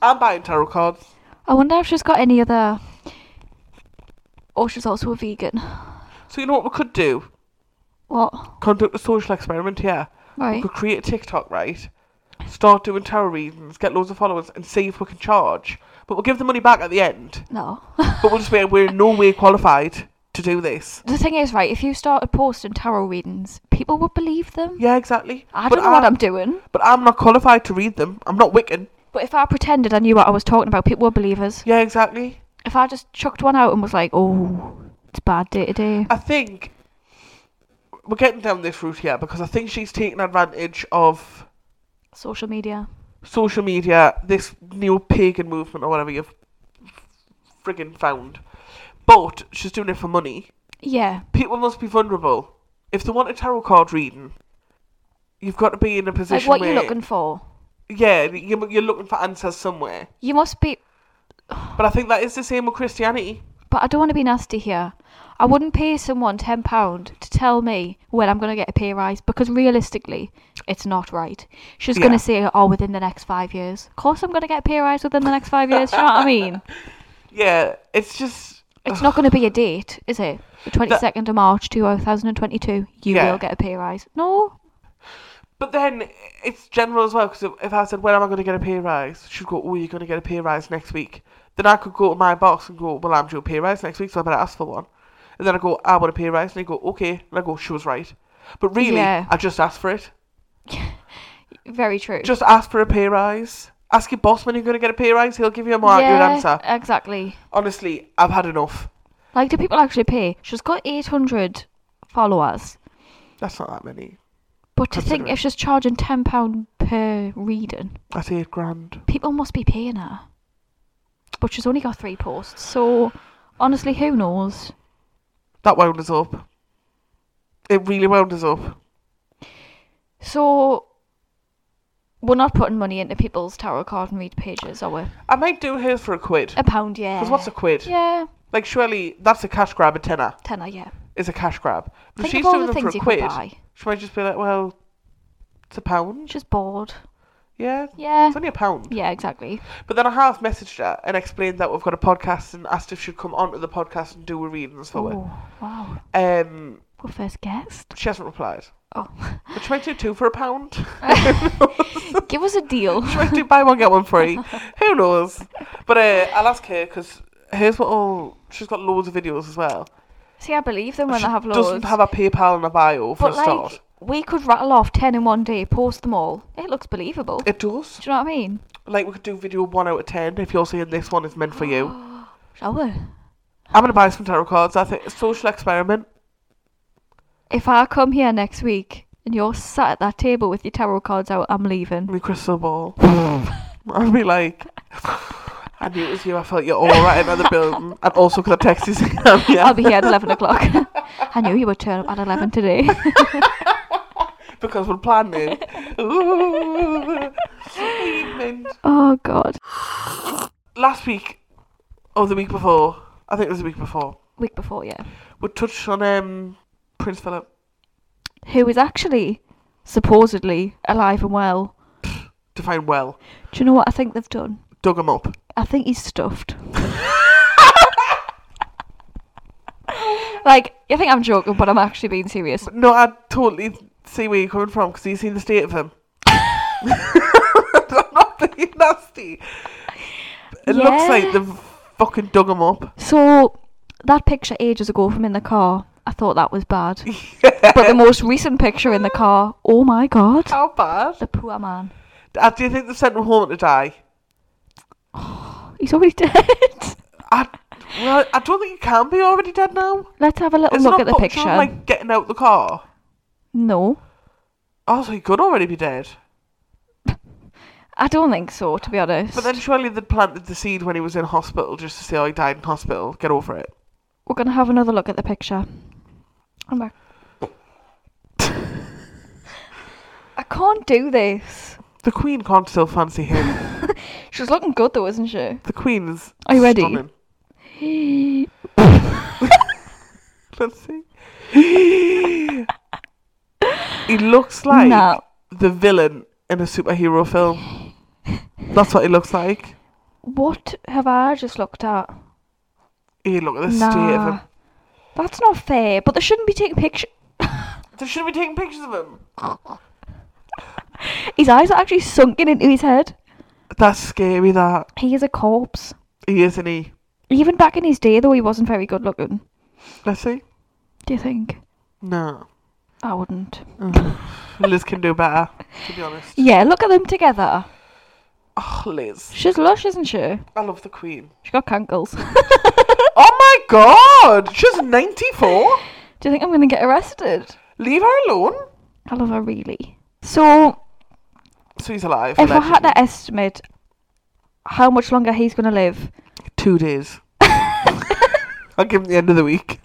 Speaker 2: I'm buying tarot cards.
Speaker 1: I wonder if she's got any other. Or she's also a vegan.
Speaker 2: So you know what we could do?
Speaker 1: What?
Speaker 2: Conduct a social experiment here. We
Speaker 1: Right.
Speaker 2: could create a TikTok, right? Start doing tarot readings, get loads of followers, and see if we can charge. But we'll give the money back at the end.
Speaker 1: No.
Speaker 2: But we'll just be like, we're in no way qualified to do this.
Speaker 1: the thing is, right, if you started posting tarot readings, people would believe them.
Speaker 2: Yeah, exactly.
Speaker 1: I
Speaker 2: But
Speaker 1: don't know what
Speaker 2: I-
Speaker 1: I'm doing.
Speaker 2: But I'm not qualified to read them. I'm not Wiccan.
Speaker 1: But if I pretended I knew what I was talking about, people would believe us.
Speaker 2: Yeah, exactly.
Speaker 1: If I just chucked one out and was like, oh, it's a bad day today.
Speaker 2: I think we're getting down this route here because I think she's taking advantage of
Speaker 1: Social media.
Speaker 2: social media, this new pagan movement or whatever you've friggin' found. But she's doing it for money.
Speaker 1: Yeah.
Speaker 2: People must be vulnerable. If they want a tarot card reading, you've got to be in a
Speaker 1: Like
Speaker 2: position
Speaker 1: what
Speaker 2: where
Speaker 1: you're looking for.
Speaker 2: yeah, you- you're looking for answers somewhere.
Speaker 1: You must be.
Speaker 2: But I think that is the same with Christianity.
Speaker 1: But I don't want to be nasty here. I wouldn't pay someone £10 to tell me when I'm going to get a pay rise because realistically, it's not right. She's going
Speaker 2: Yeah.
Speaker 1: to say, oh, within the next five years. Of course, I'm going to get a pay rise within the next five years. do you know what I mean?
Speaker 2: Yeah, it's just
Speaker 1: It's not going to be a date, is it? The 22nd of March 2022, you
Speaker 2: Yeah.
Speaker 1: will get a pay rise. No.
Speaker 2: But then it's general as well because if, if I said when am I going to get a pay rise, she'd go, "Oh, you're going to get a pay rise next week." Then I could go to my boss and go, "Well, I'm due a pay rise next week, so I better ask for one." And then I go, "I want a pay rise," and they go, "Okay," and I go, "She was right." But really,
Speaker 1: Yeah.
Speaker 2: I just asked for it.
Speaker 1: Very true.
Speaker 2: Just ask for a pay rise. Ask your boss when you're going to get a pay rise. He'll give you a more accurate answer.
Speaker 1: Exactly.
Speaker 2: Honestly, I've had enough.
Speaker 1: Like, do people actually pay? She's got 800 followers.
Speaker 2: That's not that many.
Speaker 1: But to think
Speaker 2: Considering-
Speaker 1: if she's charging £10 per reading,
Speaker 2: That's eight grand.
Speaker 1: people must be paying her. But she's only got three posts, so honestly, who knows?
Speaker 2: That wound us up. It really wound us up.
Speaker 1: So, we're not putting money into people's tarot card and read pages, are we?
Speaker 2: I might do hers for a quid.
Speaker 1: A pound, yeah.
Speaker 2: Because what's a quid?
Speaker 1: Yeah,
Speaker 2: Like, surely that's a cash grab, a tenner
Speaker 1: tenner, yeah.
Speaker 2: is a cash grab. But
Speaker 1: Think
Speaker 2: she's
Speaker 1: of all
Speaker 2: doing
Speaker 1: the
Speaker 2: them
Speaker 1: things
Speaker 2: for a
Speaker 1: you could
Speaker 2: quid.
Speaker 1: buy.
Speaker 2: She might just be like, well, it's a pound.
Speaker 1: Just bored.
Speaker 2: Yeah,
Speaker 1: Yeah.
Speaker 2: it's only a pound.
Speaker 1: Yeah, exactly.
Speaker 2: But then I have messaged her and explained that we've got a podcast and asked if she'd come onto the podcast and do a readings for
Speaker 1: Ooh, wow.
Speaker 2: it. Um,
Speaker 1: Good first guest.
Speaker 2: she hasn't replied.
Speaker 1: Oh,
Speaker 2: But she might do two for a pound.
Speaker 1: give us a deal.
Speaker 2: she might do buy one, get one free. Who knows? But uh, I'll ask her because here's what all. She's got loads of videos as well.
Speaker 1: See, I believe them when
Speaker 2: she
Speaker 1: they have loads.
Speaker 2: doesn't have a PayPal and a bio for
Speaker 1: but
Speaker 2: a
Speaker 1: like,
Speaker 2: start.
Speaker 1: we could rattle off ten in one day, post them all. It looks believable.
Speaker 2: It does.
Speaker 1: Do you know what I mean?
Speaker 2: Like we could do video one out of ten if you're saying this one is meant for you.
Speaker 1: Shall we?
Speaker 2: I'm gonna buy some tarot cards. I think social experiment.
Speaker 1: If I come here next week and you're sat at that table with your tarot cards out, I'm leaving.
Speaker 2: Me crystal ball. I'd be like, I knew it was you. I felt your aura right out of the building, and also because I texted you. I'm here.
Speaker 1: I'll be here at eleven o'clock. I knew you would turn up at eleven today.
Speaker 2: because we're planning. Ooh. Evening.
Speaker 1: oh God.
Speaker 2: Last week, or the week before, I think it was the week before,
Speaker 1: Week before, yeah.
Speaker 2: we touched on um, Prince Philip.
Speaker 1: Who is actually supposedly alive and well?
Speaker 2: to find well,
Speaker 1: Do you know what I think they've done?
Speaker 2: dug him up.
Speaker 1: I think he's stuffed. like, I think I'm joking, but I'm actually being serious.
Speaker 2: But no, I totally see where you're coming from because you've seen the state of him. I'm not being nasty. It looks like
Speaker 1: Yeah.
Speaker 2: they've fucking dug him up.
Speaker 1: So, that picture ages ago from in the car, I thought that was bad. But the most recent picture in the car, oh my god.
Speaker 2: How bad?
Speaker 1: The poor man.
Speaker 2: Uh, do you think they've sent him home to die?
Speaker 1: He's already dead.
Speaker 2: I, well, I don't think he can be already dead now.
Speaker 1: Let's have a little
Speaker 2: It's
Speaker 1: look at
Speaker 2: not
Speaker 1: the
Speaker 2: picture
Speaker 1: picture.
Speaker 2: of him, like getting out the car.
Speaker 1: No.
Speaker 2: Oh, so he could already be dead.
Speaker 1: I don't think so, to be honest.
Speaker 2: But then surely they planted the seed when he was in hospital just to say, oh, he died in hospital. Get over it.
Speaker 1: We're going to have another look at the picture. I'm back. I can't do this.
Speaker 2: The Queen can't still fancy him.
Speaker 1: She's looking good though, isn't she?
Speaker 2: The Queen is.
Speaker 1: Are you ready?
Speaker 2: stunning. Let's see. he looks like
Speaker 1: no.
Speaker 2: the villain in a superhero film. That's what he looks like.
Speaker 1: What have I just looked at?
Speaker 2: Hey, look at the state of
Speaker 1: Nah.
Speaker 2: him.
Speaker 1: That's not fair, but they shouldn't be taking pictures.
Speaker 2: They shouldn't be taking pictures of him.
Speaker 1: His eyes are actually sunken into his head.
Speaker 2: That's scary, that.
Speaker 1: He is a corpse.
Speaker 2: He is, isn't he?
Speaker 1: Even back in his day, though, he wasn't very good looking.
Speaker 2: Let's see.
Speaker 1: Do you think?
Speaker 2: No.
Speaker 1: I wouldn't.
Speaker 2: Liz can do better, to be honest.
Speaker 1: Yeah, look at them together.
Speaker 2: Oh, Liz.
Speaker 1: She's lush, isn't she?
Speaker 2: I love the Queen.
Speaker 1: She's got cankles.
Speaker 2: Oh my god! She's 94?
Speaker 1: Do you think I'm going to get arrested?
Speaker 2: Leave her alone.
Speaker 1: I love her really. So,
Speaker 2: So he's alive.
Speaker 1: if I had
Speaker 2: allegedly.
Speaker 1: to estimate how much longer he's going to live,
Speaker 2: Two days. I'll give him the end of the week.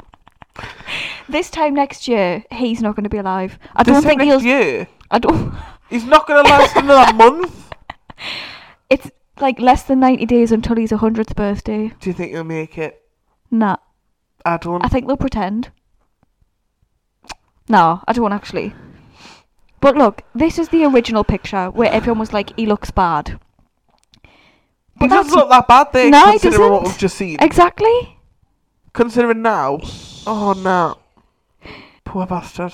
Speaker 1: this time next year, he's not going to be alive. I
Speaker 2: this
Speaker 1: don't
Speaker 2: time
Speaker 1: think he'll.
Speaker 2: next year.
Speaker 1: I don't.
Speaker 2: He's not going to last another month.
Speaker 1: It's like less than 90 days until he's 100th birthday.
Speaker 2: Do you think he'll make it?
Speaker 1: Nah.
Speaker 2: I don't.
Speaker 1: I think they'll pretend. No, I don't actually. But look, this is the original picture where everyone was like, he looks bad.
Speaker 2: he
Speaker 1: But
Speaker 2: doesn't
Speaker 1: that's-
Speaker 2: look that bad there,
Speaker 1: No, he
Speaker 2: considering what
Speaker 1: doesn't.
Speaker 2: we've just seen.
Speaker 1: Exactly.
Speaker 2: considering now. Oh, no. Poor bastard.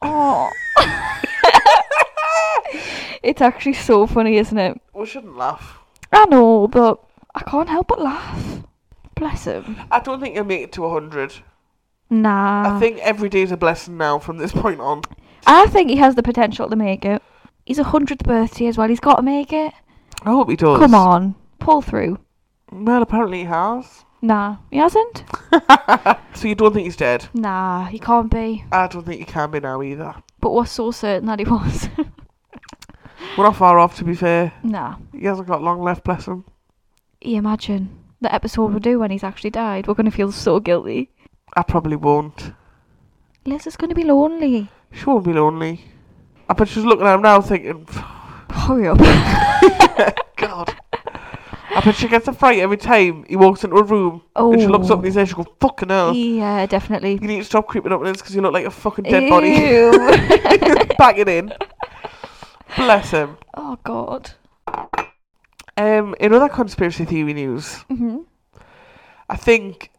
Speaker 1: Oh. it's actually so funny, isn't it?
Speaker 2: We shouldn't laugh.
Speaker 1: I know, but I can't help but laugh. Bless him.
Speaker 2: I don't think he'll make it to 100.
Speaker 1: Nah.
Speaker 2: I think every day is a blessing now from this point on.
Speaker 1: I think he has the potential to make it. He's a hundredth birthday as well. He's got to make it.
Speaker 2: I hope he does.
Speaker 1: Come on, pull through.
Speaker 2: Well, apparently he has.
Speaker 1: Nah, he hasn't.
Speaker 2: So you don't think he's dead?
Speaker 1: Nah, he can't be.
Speaker 2: I don't think he can be now either.
Speaker 1: But we're so certain that he was.
Speaker 2: We're not far off, to be fair.
Speaker 1: nah,
Speaker 2: He hasn't got long left, bless him.
Speaker 1: you imagine the episode we'll do when he's actually died. We're gonna feel so guilty.
Speaker 2: I probably won't.
Speaker 1: Liz is gonna be lonely.
Speaker 2: She won't be lonely. I bet she's looking at him now thinking,
Speaker 1: Hurry up.
Speaker 2: God. I bet she gets a fright every time he walks into a room and she looks up
Speaker 1: Oh.
Speaker 2: and he's there. She goes, fucking hell.
Speaker 1: Yeah, definitely.
Speaker 2: You need to stop creeping up on us because you look like a fucking dead body.
Speaker 1: Ew.
Speaker 2: Back it in. Bless him.
Speaker 1: oh God.
Speaker 2: Um, in other conspiracy theory news,
Speaker 1: hmm
Speaker 2: I think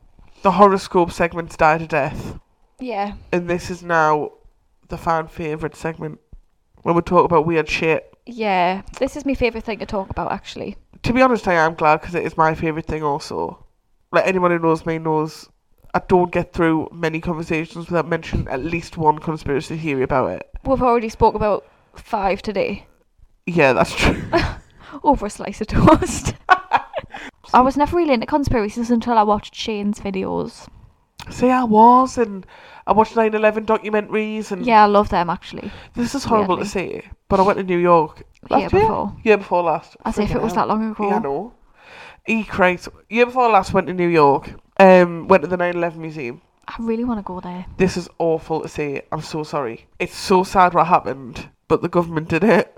Speaker 2: the horoscope segments died a death,
Speaker 1: Yeah.
Speaker 2: and this is now the fan favorite segment when we talk about weird shit.
Speaker 1: Yeah. This is my favorite thing to talk about, actually.
Speaker 2: To be honest, I am glad because it is my favorite thing. Also, like anyone who knows me knows, I don't get through many conversations without mentioning at least one conspiracy theory about it.
Speaker 1: We've already spoke about five today
Speaker 2: Yeah, that's true.
Speaker 1: over a slice of toast. I was never really into conspiracies until I watched Shane's videos.
Speaker 2: See, I was, and I watched 9/11 documentaries, and
Speaker 1: Yeah, I love them actually.
Speaker 2: this is horrible to say, but I went to New York
Speaker 1: Year
Speaker 2: last year,
Speaker 1: before.
Speaker 2: year before last.
Speaker 1: As if
Speaker 2: Freaking
Speaker 1: it was
Speaker 2: hell.
Speaker 1: that long ago.
Speaker 2: Yeah, I know. E Christ. Year before last went to New York. Um went to the 9-11 museum.
Speaker 1: I really want to go there.
Speaker 2: This is awful to say. I'm so sorry. It's so sad what happened, but the government did it.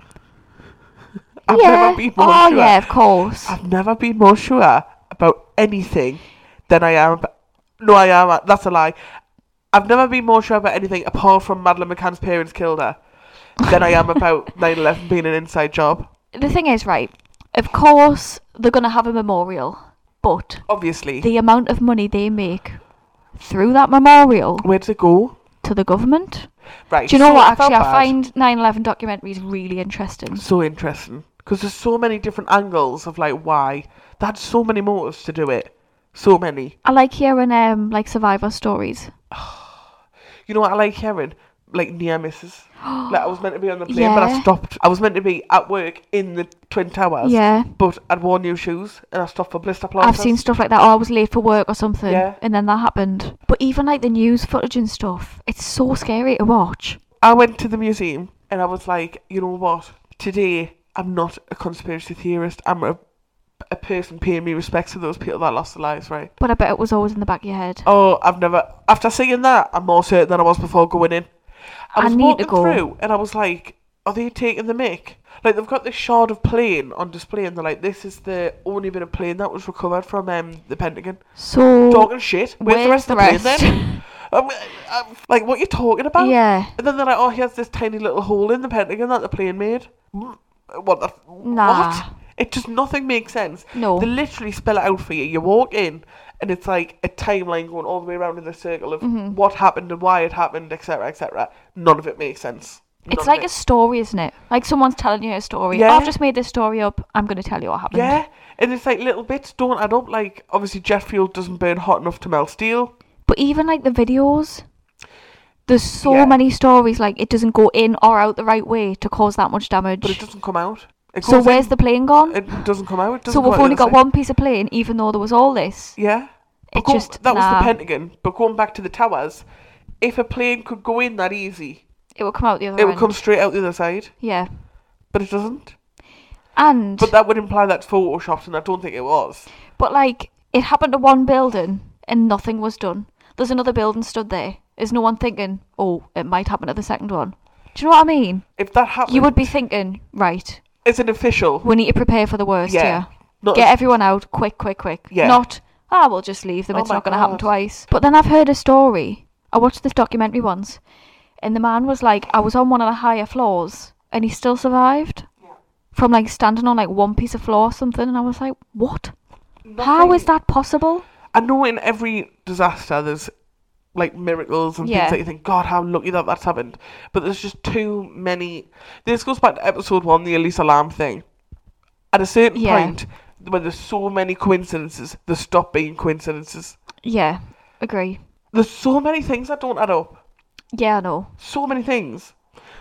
Speaker 2: I've
Speaker 1: yeah.
Speaker 2: never been more
Speaker 1: oh
Speaker 2: sure.
Speaker 1: yeah, of course.
Speaker 2: I've never been more sure about anything than I am about No, I am that's a lie. I've never been more sure about anything apart from Madeline McCann's parents killed her than I am about 9-11 being an inside job.
Speaker 1: The thing is, right? Of course they're gonna have a memorial, but
Speaker 2: Obviously.
Speaker 1: the amount of money they make through that memorial
Speaker 2: Where did it go?
Speaker 1: to the government.
Speaker 2: Right.
Speaker 1: Do you know
Speaker 2: so
Speaker 1: what?
Speaker 2: felt
Speaker 1: Actually, I
Speaker 2: bad.
Speaker 1: find 9/11 documentaries really interesting.
Speaker 2: so interesting because there's so many different angles of like why they had so many motives to do it so many
Speaker 1: I like hearing um like survivor stories.
Speaker 2: you know what i like hearing like near misses like i was meant to be on the plane but i
Speaker 1: Yeah.
Speaker 2: stopped i was meant to be at work in the twin towers
Speaker 1: Yeah.
Speaker 2: but i'd worn new shoes and i stopped for blister
Speaker 1: I've
Speaker 2: planters
Speaker 1: seen stuff like that. Oh, I was late for work or something,
Speaker 2: Yeah.
Speaker 1: and then that happened. But even like the news footage and stuff, it's so scary to watch.
Speaker 2: i went to the museum and i was like you know what today i'm not a conspiracy theorist i'm a, a person paying me respects to those people that lost their lives right
Speaker 1: But I bet it was always in the back of your head.
Speaker 2: Oh, I've never. After seeing that, I'm more certain than I was before going in. I
Speaker 1: I
Speaker 2: was
Speaker 1: need to
Speaker 2: walking
Speaker 1: go.
Speaker 2: through and I was like, are they taking the mic? Like they've got this shard of plane on display, and they're like, "This is the only bit of plane that was recovered from um, the Pentagon."
Speaker 1: So
Speaker 2: Talking shit. Where's, the rest of the plane then? Um, um, like what you're talking about?
Speaker 1: yeah.
Speaker 2: And then they're like, "Oh, he has this tiny little hole in the Pentagon that the plane made." Mm, What the? f-
Speaker 1: Nah.
Speaker 2: What? It just nothing makes sense.
Speaker 1: No.
Speaker 2: They literally spell it out for you. You walk in, and it's like a timeline going all the way around in the circle of
Speaker 1: Mm-hmm.
Speaker 2: what happened and why it happened, etc., etc. None of it makes sense. None
Speaker 1: It's
Speaker 2: of
Speaker 1: like
Speaker 2: it.
Speaker 1: a story, isn't it? Like someone's telling you a story.
Speaker 2: Yeah.
Speaker 1: I've just made this story up. I'm going to tell you what happened.
Speaker 2: yeah, and it's like little bits don't add up. Like obviously, jet fuel doesn't burn hot enough to melt steel.
Speaker 1: But even like the videos, there's so
Speaker 2: Yeah.
Speaker 1: many stories like it doesn't go in or out the right way to cause that much damage.
Speaker 2: But it doesn't come out. It
Speaker 1: so
Speaker 2: goes
Speaker 1: where's
Speaker 2: in,
Speaker 1: the plane gone?
Speaker 2: It doesn't come out. It
Speaker 1: so
Speaker 2: doesn't come
Speaker 1: we've
Speaker 2: out the
Speaker 1: only got
Speaker 2: other side.
Speaker 1: one piece of plane, even though there was all this.
Speaker 2: Yeah. But
Speaker 1: It
Speaker 2: go-
Speaker 1: just-
Speaker 2: that was
Speaker 1: nah.
Speaker 2: the Pentagon. But going back to the towers, if a plane could go in that easy,
Speaker 1: It would come out the other
Speaker 2: it would
Speaker 1: end.
Speaker 2: come straight out the other side.
Speaker 1: yeah.
Speaker 2: But it doesn't.
Speaker 1: And
Speaker 2: But that would imply that's photoshopped, and I don't think it was.
Speaker 1: But like it happened to one building and nothing was done. There's another building stood there. Is no one thinking, oh, it might happen to the second one? Do you know what I mean?
Speaker 2: If that happened,
Speaker 1: You would be thinking, right,
Speaker 2: as an official.
Speaker 1: we need to prepare for the worst
Speaker 2: Yeah.
Speaker 1: yeah.
Speaker 2: Not
Speaker 1: Get
Speaker 2: as-
Speaker 1: everyone out quick, quick, quick.
Speaker 2: Yeah.
Speaker 1: Not, ah, we'll just leave them.
Speaker 2: Oh
Speaker 1: it's
Speaker 2: my
Speaker 1: not going to happen
Speaker 2: God.
Speaker 1: twice. But then I've heard a story. I watched this documentary once and the man was like, I was on one of the higher floors and he still survived from like standing on like one piece of floor or something. And I was like, what? How is
Speaker 2: nothing-
Speaker 1: that possible?
Speaker 2: I know in every disaster there's like miracles and
Speaker 1: Yeah.
Speaker 2: things that you think, God, how lucky that that's happened. But there's just too many. This goes back to episode one, the Elise Alarm thing. At a certain
Speaker 1: Yeah.
Speaker 2: point, when there's so many coincidences, they stop being coincidences.
Speaker 1: Yeah, agree.
Speaker 2: There's so many things that don't add up.
Speaker 1: Yeah, I know.
Speaker 2: So many things.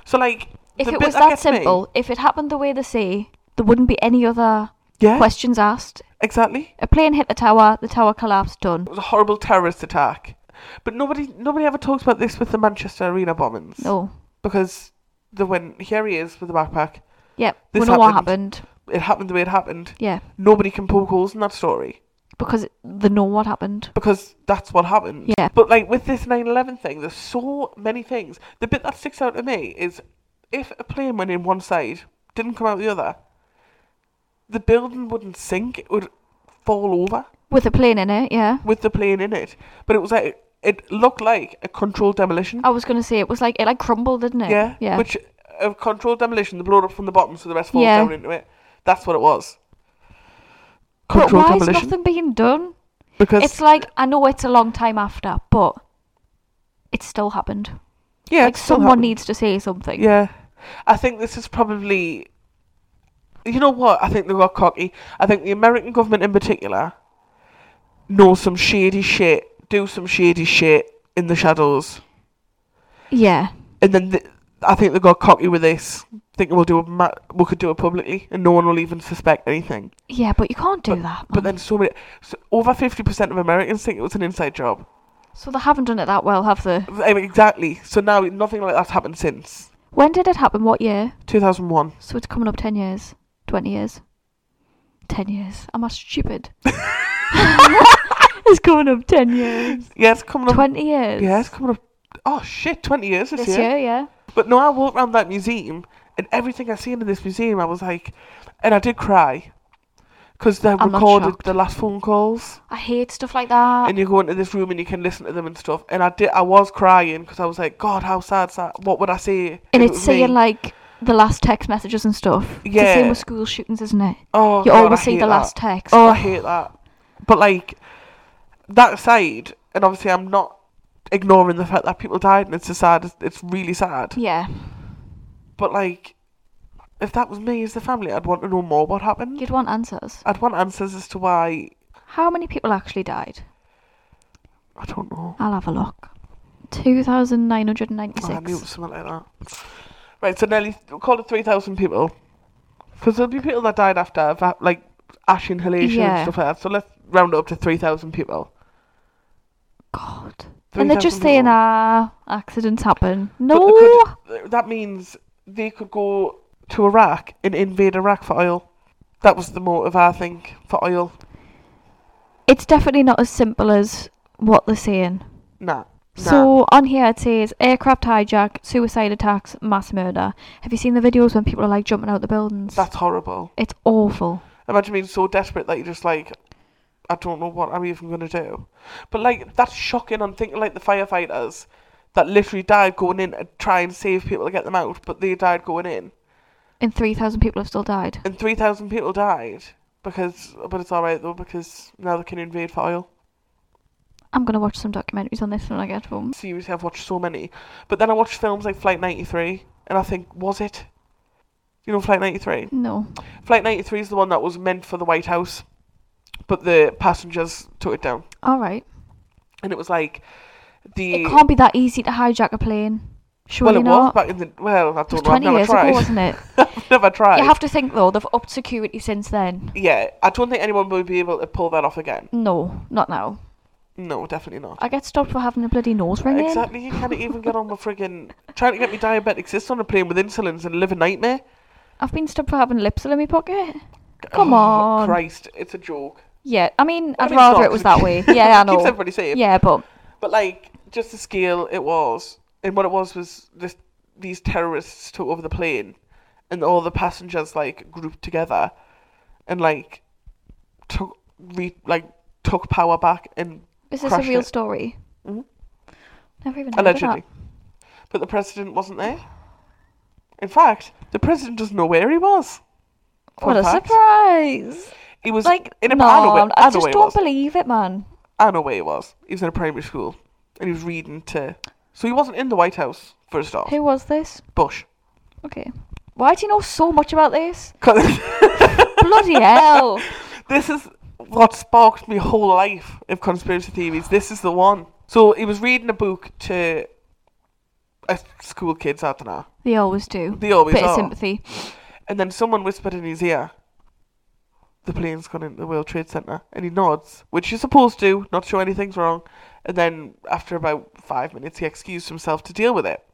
Speaker 2: So like,
Speaker 1: If
Speaker 2: the
Speaker 1: it
Speaker 2: bit
Speaker 1: was that
Speaker 2: that gets me-
Speaker 1: simple, if it happened the way they say, there wouldn't be any other
Speaker 2: yeah,
Speaker 1: questions asked.
Speaker 2: exactly.
Speaker 1: A plane hit the tower, the tower collapsed, done.
Speaker 2: It was a horrible terrorist attack. But nobody, nobody ever talks about this with the Manchester Arena bombings
Speaker 1: No.
Speaker 2: because the when here he is with the backpack.
Speaker 1: Yep, we
Speaker 2: This
Speaker 1: know what
Speaker 2: happened.
Speaker 1: happened.
Speaker 2: it happened the way it happened.
Speaker 1: Yeah,
Speaker 2: Nobody can poke holes in that story
Speaker 1: because they know what happened.
Speaker 2: because that's what happened.
Speaker 1: Yeah.
Speaker 2: But like with this 9/11 thing, there's so many things. The bit that sticks out to me is if a plane went in one side, didn't come out the other, the building wouldn't sink; it would fall over
Speaker 1: With a plane in it, yeah.
Speaker 2: with the plane in it. But it was like it looked like a controlled demolition.
Speaker 1: I was going to say, it was like, it like crumbled, didn't it?
Speaker 2: Yeah.
Speaker 1: Yeah.
Speaker 2: Which a controlled demolition, they blow it up from the bottom so the rest falls
Speaker 1: Yeah.
Speaker 2: down into it. That's what it was.
Speaker 1: but
Speaker 2: Controlled
Speaker 1: why
Speaker 2: demolition.
Speaker 1: is nothing being done?
Speaker 2: because
Speaker 1: It's like, I know it's a long time after, but it still happened.
Speaker 2: yeah,
Speaker 1: like,
Speaker 2: it still
Speaker 1: someone
Speaker 2: happened.
Speaker 1: needs to say something.
Speaker 2: Yeah. I think this is probably. You know what? I think they got cocky. I think the American government in particular knows some shady shit, do some shady shit in the shadows.
Speaker 1: Yeah.
Speaker 2: And then th I think they got cocky with this, thinking we'll do it, ma- we could do it publicly and no one will even suspect anything.
Speaker 1: Yeah, but you can't do that. man.
Speaker 2: But then so many. So over 50% of Americans think it was an inside job.
Speaker 1: So they haven't done it that well, have they?
Speaker 2: I mean, Exactly. So now nothing like that's happened since
Speaker 1: When did it happen? What year?
Speaker 2: 2001.
Speaker 1: So it's coming up 10 years. 20 years. 10 years. Am I stupid? it's coming up 10 years.
Speaker 2: Yeah, it's coming up.
Speaker 1: 20 years.
Speaker 2: Yeah, it's coming up. Oh shit, 20 years this,
Speaker 1: This
Speaker 2: year.
Speaker 1: year, yeah.
Speaker 2: But no, I walked around that museum and everything I seen in this museum, I was like, and I did cry because they
Speaker 1: I'm not
Speaker 2: recorded
Speaker 1: shocked. Ah.
Speaker 2: the last phone calls,
Speaker 1: I hate stuff like that.
Speaker 2: and you go into this room and you can listen to them and stuff. And I did, I was crying because I was like, God, how sad, sad. What would I say?
Speaker 1: and
Speaker 2: if it
Speaker 1: it's
Speaker 2: was me?"
Speaker 1: saying, like, the last text messages and stuff. It's the
Speaker 2: Yeah.
Speaker 1: same with school shootings, isn't it?
Speaker 2: oh,
Speaker 1: You
Speaker 2: God,
Speaker 1: always
Speaker 2: I
Speaker 1: see
Speaker 2: hate
Speaker 1: the
Speaker 2: that.
Speaker 1: last text.
Speaker 2: Oh, I hate that. But like that side, and obviously, I'm not ignoring the fact that people died, and it's a sad. It's really sad.
Speaker 1: Yeah.
Speaker 2: But like, if that was me as the family, I'd want to know more what happened.
Speaker 1: You'd want answers.
Speaker 2: I'd want answers as to why.
Speaker 1: How many people actually died?
Speaker 2: I don't know.
Speaker 1: I'll have a look. 2,996.
Speaker 2: Oh, I knew it was something like that. Right, so nearly we'll call it three thousand people, because there'll be people that died after, of a- like ash inhalation
Speaker 1: Yeah.
Speaker 2: and stuff like that. So let's round it up to three thousand people.
Speaker 1: God. And they're just
Speaker 2: 3,000
Speaker 1: saying,
Speaker 2: people.
Speaker 1: ah, accidents happen.
Speaker 2: But
Speaker 1: No.
Speaker 2: they could- that means they could go to Iraq and invade Iraq for oil. That was the motive, I think, for oil.
Speaker 1: It's definitely not as simple as what they're saying.
Speaker 2: Nah.
Speaker 1: So on here it says aircraft hijack, suicide attacks, mass murder. Have you seen the videos when people are like jumping out the buildings?
Speaker 2: That's horrible.
Speaker 1: it's awful.
Speaker 2: Imagine being so desperate that you're just like, I don't know what I'm even gonna do. But like that's shocking. I'm thinking like the firefighters that literally died going in to try and save people to get them out, but they died going in,
Speaker 1: And three thousand people have still died.
Speaker 2: and three thousand people died because. But it's all right though because now they can invade for oil.
Speaker 1: I'm gonna watch some documentaries on this when I get home.
Speaker 2: Seriously, I've watched so many, but then I watched films like Flight 93, and I think was it. You know Flight 93?
Speaker 1: No.
Speaker 2: Flight 93 is the one that was meant for the White House, but the passengers took it down.
Speaker 1: All right.
Speaker 2: And it was like the.
Speaker 1: It can't be that easy to hijack a plane. Surely
Speaker 2: well, it
Speaker 1: not.
Speaker 2: was back in the. Well, I
Speaker 1: it was
Speaker 2: don't know. I've
Speaker 1: 20
Speaker 2: never
Speaker 1: years
Speaker 2: tried.
Speaker 1: ago, wasn't it?
Speaker 2: I've never tried.
Speaker 1: You have to think though, they've upped security since then.
Speaker 2: Yeah, I don't think anyone will be able to pull that off again.
Speaker 1: No, not now.
Speaker 2: No, definitely not.
Speaker 1: I get stopped for having a bloody nose ring in.
Speaker 2: Exactly, you can't even get on with friggin' trying to get me diabetic cysts on a plane with insulin's and live a nightmare.
Speaker 1: I've been stopped for having lipsil in my pocket. Come
Speaker 2: Oh,
Speaker 1: on.
Speaker 2: Christ, it's a joke.
Speaker 1: Yeah, I mean,
Speaker 2: I
Speaker 1: I'd
Speaker 2: mean,
Speaker 1: rather
Speaker 2: not,
Speaker 1: it was
Speaker 2: 'cause
Speaker 1: that way. Yeah, I
Speaker 2: Keeps
Speaker 1: know.
Speaker 2: everybody safe.
Speaker 1: Yeah, but
Speaker 2: But like, just the scale it was, and what it was was this: these terrorists took over the plane, and all the passengers like grouped together, and like took re- like took power back and
Speaker 1: is this a
Speaker 2: Crushed
Speaker 1: real
Speaker 2: it.
Speaker 1: story?
Speaker 2: Mhm.
Speaker 1: Never even heard of that.
Speaker 2: allegedly. But the president wasn't there. In fact, the president doesn't know where he was.
Speaker 1: What
Speaker 2: Fun
Speaker 1: a
Speaker 2: fact.
Speaker 1: surprise!
Speaker 2: He was
Speaker 1: Like,
Speaker 2: in a
Speaker 1: no,
Speaker 2: I know where-
Speaker 1: I
Speaker 2: I know
Speaker 1: just
Speaker 2: where he
Speaker 1: don't
Speaker 2: was.
Speaker 1: believe it, man.
Speaker 2: I know where he was. He was in a primary school, and he was reading to. So he wasn't in the White House first off.
Speaker 1: Who was this?
Speaker 2: Bush.
Speaker 1: Okay. Why do you know so much about this?
Speaker 2: 'Cause-
Speaker 1: Bloody hell!
Speaker 2: this is what sparked my whole life of conspiracy theories. This is the one. So he was reading a book to a school kids, I don't know.
Speaker 1: They always do.
Speaker 2: They always
Speaker 1: Bit of
Speaker 2: are.
Speaker 1: sympathy.
Speaker 2: And then someone whispered in his ear, the plane's gone into the World Trade Center. And he nods, which you're supposed to, not sure anything's wrong. And then after about five minutes, he excused himself to deal with it.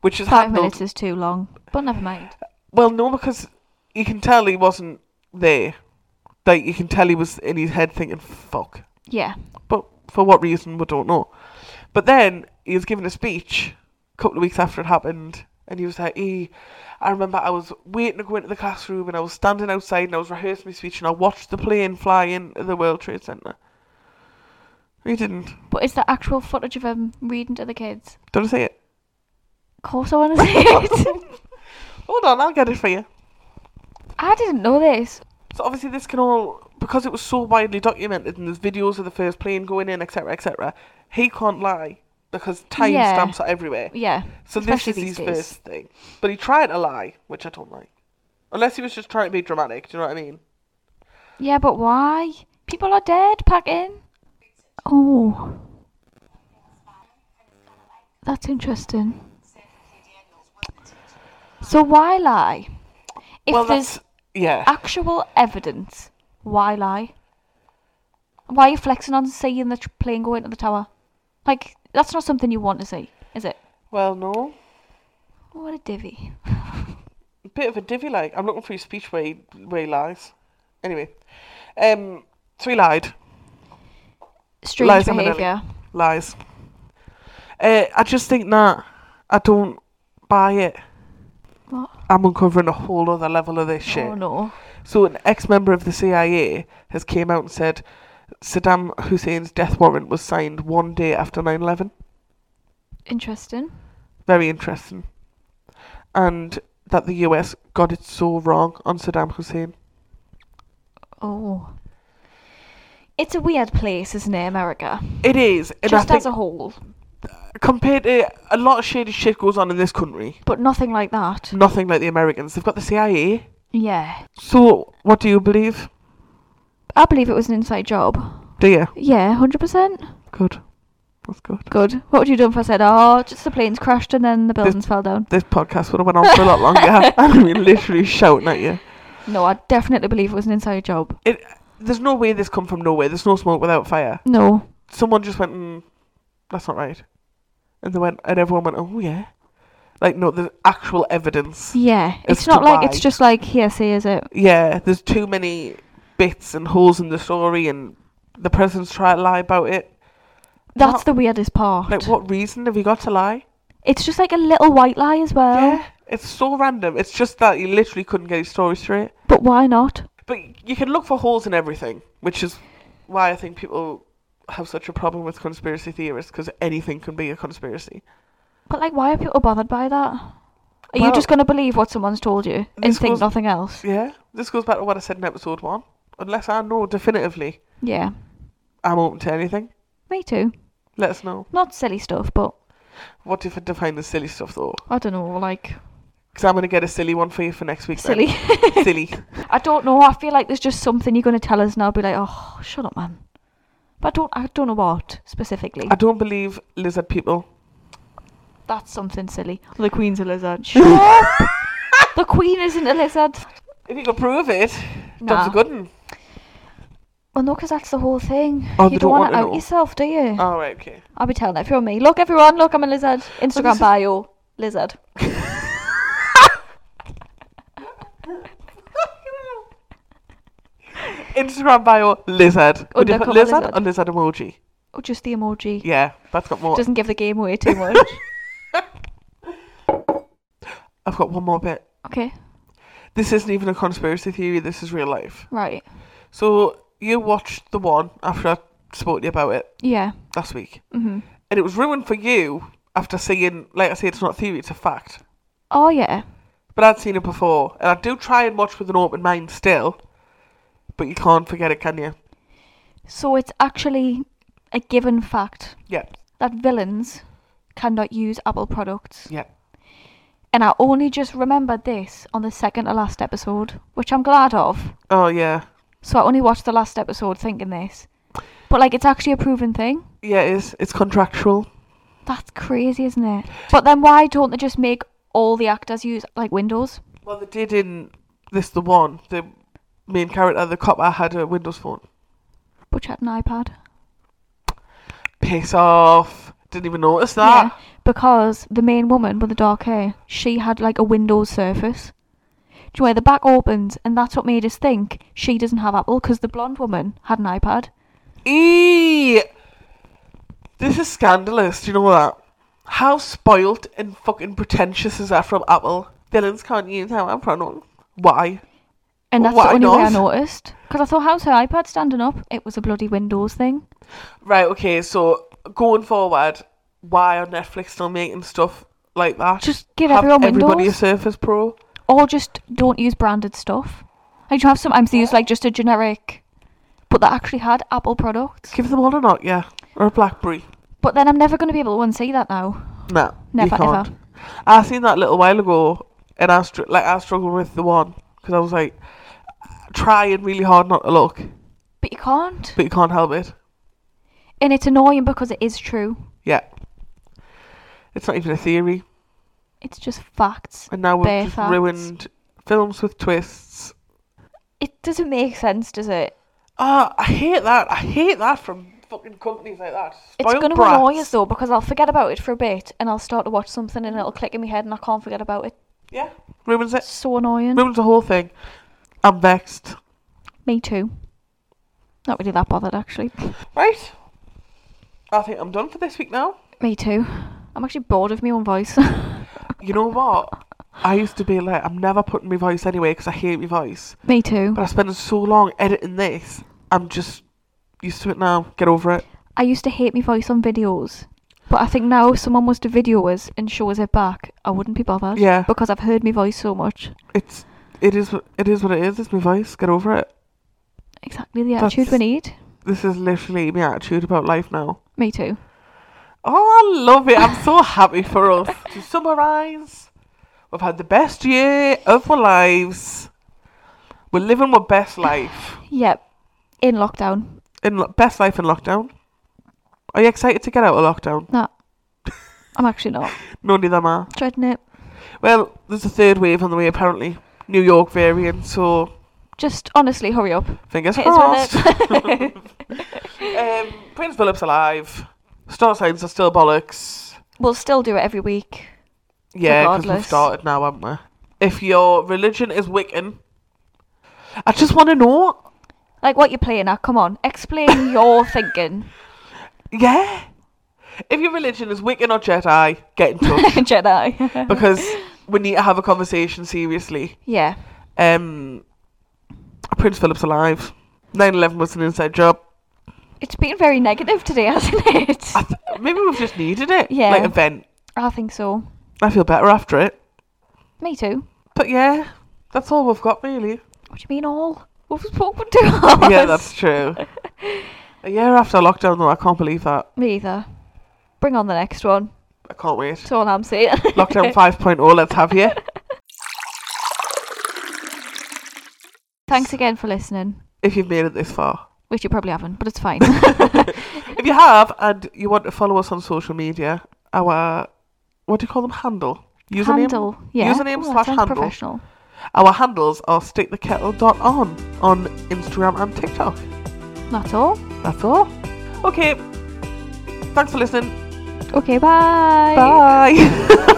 Speaker 2: Which is
Speaker 1: Five
Speaker 2: handled-
Speaker 1: minutes is too long, but never mind.
Speaker 2: Well, no, because you can tell he wasn't there. Like, you can tell he was in his head thinking, fuck,
Speaker 1: Yeah.
Speaker 2: but for what reason we don't know. But then he was giving a speech a couple of weeks after it happened, and he was like, "Hey, I remember I was waiting to go into the classroom, and I was standing outside, and I was rehearsing my speech, and I watched the plane fly into the World Trade Center." He didn't.
Speaker 1: But is that actual footage of him reading to the kids?
Speaker 2: Don't say it.
Speaker 1: Of course, I want to see it.
Speaker 2: Hold on, I'll get it for you.
Speaker 1: I didn't know this.
Speaker 2: So obviously this can all because it was so widely documented, and there's videos of the first plane going in, etc., etc. He can't lie because
Speaker 1: Yeah.
Speaker 2: timestamps are everywhere.
Speaker 1: Yeah.
Speaker 2: So
Speaker 1: especially
Speaker 2: this is his
Speaker 1: these days.
Speaker 2: first thing. But he tried to lie, which I don't like. Unless he was just trying to be dramatic, do you know what I mean?
Speaker 1: Yeah, but why? People are dead. Pack in. Oh. That's interesting. So why lie? If
Speaker 2: well,
Speaker 1: there's
Speaker 2: that's yeah.
Speaker 1: actual evidence, why lie? Why are you flexing on seeing the tr- plane go into the tower? Like, that's not something you want to see, is it?
Speaker 2: well, no,
Speaker 1: What a divvy.
Speaker 2: a bit of a divvy. Like I'm looking for his speech where he, where he lies. Anyway, um, so he lied,
Speaker 1: Strange
Speaker 2: Lies eminently.
Speaker 1: behaviour.
Speaker 2: lies. Uh, I just think that I don't buy it.
Speaker 1: What?
Speaker 2: I'm uncovering a whole other level of this shit.
Speaker 1: Oh no.
Speaker 2: So an ex-member of the CIA has came out and said Saddam Hussein's death warrant was signed one day after 9/11.
Speaker 1: Interesting.
Speaker 2: Very interesting. And that the US got it so wrong on Saddam Hussein.
Speaker 1: Oh. It's a weird place, isn't it, America?
Speaker 2: It is, and
Speaker 1: Just
Speaker 2: I
Speaker 1: as
Speaker 2: think
Speaker 1: a whole.
Speaker 2: compared to a lot of shady shit goes on in this country.
Speaker 1: But nothing like that.
Speaker 2: Nothing like the Americans. They've got the CIA.
Speaker 1: Yeah.
Speaker 2: So what do you believe?
Speaker 1: I believe it was an inside job.
Speaker 2: Do you?
Speaker 1: Yeah, 100%.
Speaker 2: Good. That's good.
Speaker 1: Good. What would you have done if I said, oh, just the planes crashed and then the buildings fell down?
Speaker 2: This podcast would have went on for a lot longer. I'd be literally shouting at you.
Speaker 1: No, I definitely believe it was an inside job.
Speaker 2: It. There's no way this come from nowhere. There's no smoke without fire.
Speaker 1: No.
Speaker 2: someone just went, mm, "That's not right," and they went, and everyone went, "Oh yeah," like no, there's actual evidence.
Speaker 1: Yeah. It's,
Speaker 2: As to
Speaker 1: not like
Speaker 2: why.
Speaker 1: it's just like hearsay, is it?
Speaker 2: Yeah, there's too many bits and holes in the story, and the president's trying to lie about it.
Speaker 1: That's the weirdest part.
Speaker 2: Like, what reason have you got to lie?
Speaker 1: It's just like a little white lie as well.
Speaker 2: Yeah, it's so random. It's just that you literally couldn't get your story straight.
Speaker 1: But why not?
Speaker 2: But you can look for holes in everything, which is why I think people have such a problem with conspiracy theorists because anything can be a conspiracy.
Speaker 1: But like, why are people bothered by that? Are
Speaker 2: Well-
Speaker 1: you just going to believe what someone's told you and
Speaker 2: This
Speaker 1: think
Speaker 2: was-
Speaker 1: nothing else?
Speaker 2: Yeah, this goes back to what I said in episode one. Unless I know definitively,
Speaker 1: Yeah.
Speaker 2: I'm open to anything.
Speaker 1: Me too.
Speaker 2: Let us know.
Speaker 1: Not silly stuff, but
Speaker 2: What if I define the silly stuff though?
Speaker 1: I don't know, like
Speaker 2: Because I'm gonna get a silly one for you for next week. then.
Speaker 1: silly.
Speaker 2: silly.
Speaker 1: I don't know. I feel like there's just something you're going to tell us, and I'll be like, oh, shut up, man. But I don't. I don't know what specifically.
Speaker 2: I don't believe lizard people.
Speaker 1: That's something silly. The queen's a lizard. Shut up. The queen isn't a lizard.
Speaker 2: If you can prove it,
Speaker 1: Nah.
Speaker 2: that's a good one.
Speaker 1: Well, no, 'cause that's the whole thing.
Speaker 2: Oh, they
Speaker 1: you
Speaker 2: don't
Speaker 1: don't want
Speaker 2: wanna
Speaker 1: to out
Speaker 2: know.
Speaker 1: yourself, do you?
Speaker 2: All right, okay.
Speaker 1: I'll be telling everyone me. Look, everyone, look, I'm a lizard. Instagram
Speaker 2: is-
Speaker 1: bio, lizard.
Speaker 2: Instagram bio lizard. Would you put
Speaker 1: Undercover
Speaker 2: lizard,
Speaker 1: lizard.
Speaker 2: or lizard emoji?
Speaker 1: Oh, just the emoji.
Speaker 2: Yeah, that's got more.
Speaker 1: Doesn't give the game away too much.
Speaker 2: I've got one more bit.
Speaker 1: okay,
Speaker 2: This isn't even a conspiracy theory. This is real life.
Speaker 1: right.
Speaker 2: So you watched the one after I spoke to you about it
Speaker 1: Yeah.
Speaker 2: last week,
Speaker 1: Mm-hmm.
Speaker 2: and it was ruined for you after seeing. Like I say, it's not theory; it's a fact.
Speaker 1: Oh, yeah.
Speaker 2: But I'd seen it before, and I do try and watch with an open mind still. But you can't forget it, can you?
Speaker 1: So it's actually a given fact
Speaker 2: Yeah,
Speaker 1: that villains cannot use Apple products.
Speaker 2: yeah.
Speaker 1: And I only just remembered this on the second to last episode, which I'm glad of.
Speaker 2: Oh yeah,
Speaker 1: So I only watched the last episode thinking this. But, like, it's actually a proven thing.
Speaker 2: yeah. It is. It's contractual.
Speaker 1: That's crazy, isn't it? But then why don't they just make all the actors use, like, Windows?
Speaker 2: Well, they did in this the one the main character, the cop, I had a Windows phone.
Speaker 1: But you had an iPad.
Speaker 2: Piss off! Didn't even notice that.
Speaker 1: Yeah, because the main woman with the dark hair, she had like a Windows Surface. Do you know where the back opens, and that's what made us think she doesn't have Apple because the blonde woman had an iPad.
Speaker 2: Eee! E. This is scandalous. Do you know that? How spoilt and fucking pretentious is that from Apple? Villains can't use our product. Why?
Speaker 1: And that's
Speaker 2: Why
Speaker 1: the only way I
Speaker 2: not?
Speaker 1: noticed. Because I thought, how's her iPad standing up? It was a bloody Windows thing.
Speaker 2: Right. Okay. So going forward, why are Netflix still making stuff like that?
Speaker 1: Just give
Speaker 2: Have
Speaker 1: everyone
Speaker 2: everybody
Speaker 1: Windows.
Speaker 2: a Surface Pro.
Speaker 1: Or just don't use branded stuff. Like, do you have sometimes they use like just a generic, but that actually had Apple products.
Speaker 2: Give them all a Nokia or a BlackBerry.
Speaker 1: But then I'm never going to be able to unsee that now.
Speaker 2: No,
Speaker 1: Never,
Speaker 2: you can't.
Speaker 1: ever.
Speaker 2: I seen that a little while ago, and I str- like I struggled with the one because I was like trying really hard not to look,
Speaker 1: But you can't.
Speaker 2: but you can't help it.
Speaker 1: And it's annoying because it is true.
Speaker 2: Yeah, it's not even a theory,
Speaker 1: It's just facts.
Speaker 2: and now
Speaker 1: Bare
Speaker 2: we've just
Speaker 1: facts.
Speaker 2: ruined films with twists.
Speaker 1: It doesn't make sense, does it?
Speaker 2: Ah, I hate that. I hate that from fucking companies like that.
Speaker 1: It's
Speaker 2: Spoiled
Speaker 1: going to
Speaker 2: brats.
Speaker 1: annoy us though because I'll forget about it for a bit and I'll start to watch something and it'll click in my head and I can't forget about it.
Speaker 2: Yeah, ruins
Speaker 1: It's
Speaker 2: it.
Speaker 1: so annoying.
Speaker 2: Ruins the whole thing. I'm vexed.
Speaker 1: Me too. Not really that bothered actually.
Speaker 2: Right. I think I'm done for this week now.
Speaker 1: Me too. I'm actually bored of my own voice.
Speaker 2: You know what? I used to be like, I'm never putting my voice anyway because I hate my voice.
Speaker 1: Me too.
Speaker 2: But I spent so long editing this, I'm just used to it now. Get over it.
Speaker 1: I used to hate my voice on videos. But I think now if someone was to video us and show us it back, I wouldn't be bothered.
Speaker 2: Yeah.
Speaker 1: Because I've heard my voice so much.
Speaker 2: It's it is wh- it is what it is. It's my voice. Get over it.
Speaker 1: Exactly the attitude we
Speaker 2: That's-
Speaker 1: need.
Speaker 2: This is literally my attitude about life now.
Speaker 1: Me too.
Speaker 2: Oh, I love it. I'm so happy for us. To summarize, we've had the best year of our lives. We're living our best life
Speaker 1: Yep. In lockdown.
Speaker 2: in lo- best life in lockdown. Are you excited to get out of lockdown?
Speaker 1: No. I'm actually not.
Speaker 2: No, neither am I.
Speaker 1: Dreading it.
Speaker 2: Well, there's a third wave on the way apparently. New York variant, so
Speaker 1: Just honestly, hurry up.
Speaker 2: fingers
Speaker 1: Hit us
Speaker 2: crossed.
Speaker 1: with it.
Speaker 2: um, Prince Philip's alive. Star signs are still bollocks.
Speaker 1: we'll still do it every week.
Speaker 2: Yeah, because we've
Speaker 1: Regardless.
Speaker 2: started now, haven't we? If your religion is Wiccan, I just want to know.
Speaker 1: Like what you're playing at. Come on, explain your thinking.
Speaker 2: Yeah, If your religion is Wiccan or Jedi, get in touch
Speaker 1: Jedi.
Speaker 2: because we need to have a conversation seriously.
Speaker 1: yeah.
Speaker 2: Um, Prince Philip's alive. 9/11 was an inside job.
Speaker 1: It's been very negative today, hasn't it?
Speaker 2: I th- maybe we've just needed it.
Speaker 1: Yeah.
Speaker 2: Like a vent.
Speaker 1: I think so.
Speaker 2: I feel better after it.
Speaker 1: Me too.
Speaker 2: But yeah, that's all we've got really.
Speaker 1: What do you mean all? We've spoken to us.
Speaker 2: Yeah, that's true. A year after lockdown, though, I can't believe that.
Speaker 1: Me either. Bring on the next one.
Speaker 2: I can't wait.
Speaker 1: That's all I'm saying.
Speaker 2: Lockdown 5.0, let's have you.
Speaker 1: Thanks again for listening,
Speaker 2: If you've made it this far.
Speaker 1: which you probably haven't, but it's fine.
Speaker 2: If you have and you want to follow us on social media, our what do you call them? Handle. Username.
Speaker 1: handle. Yeah.
Speaker 2: Username
Speaker 1: Oh, that
Speaker 2: slash
Speaker 1: sounds
Speaker 2: handle.
Speaker 1: professional.
Speaker 2: Our handles are stakethekettle.on on Instagram and TikTok.
Speaker 1: That's all.
Speaker 2: That's all. Okay. Thanks for listening.
Speaker 1: Okay, bye.
Speaker 2: Bye.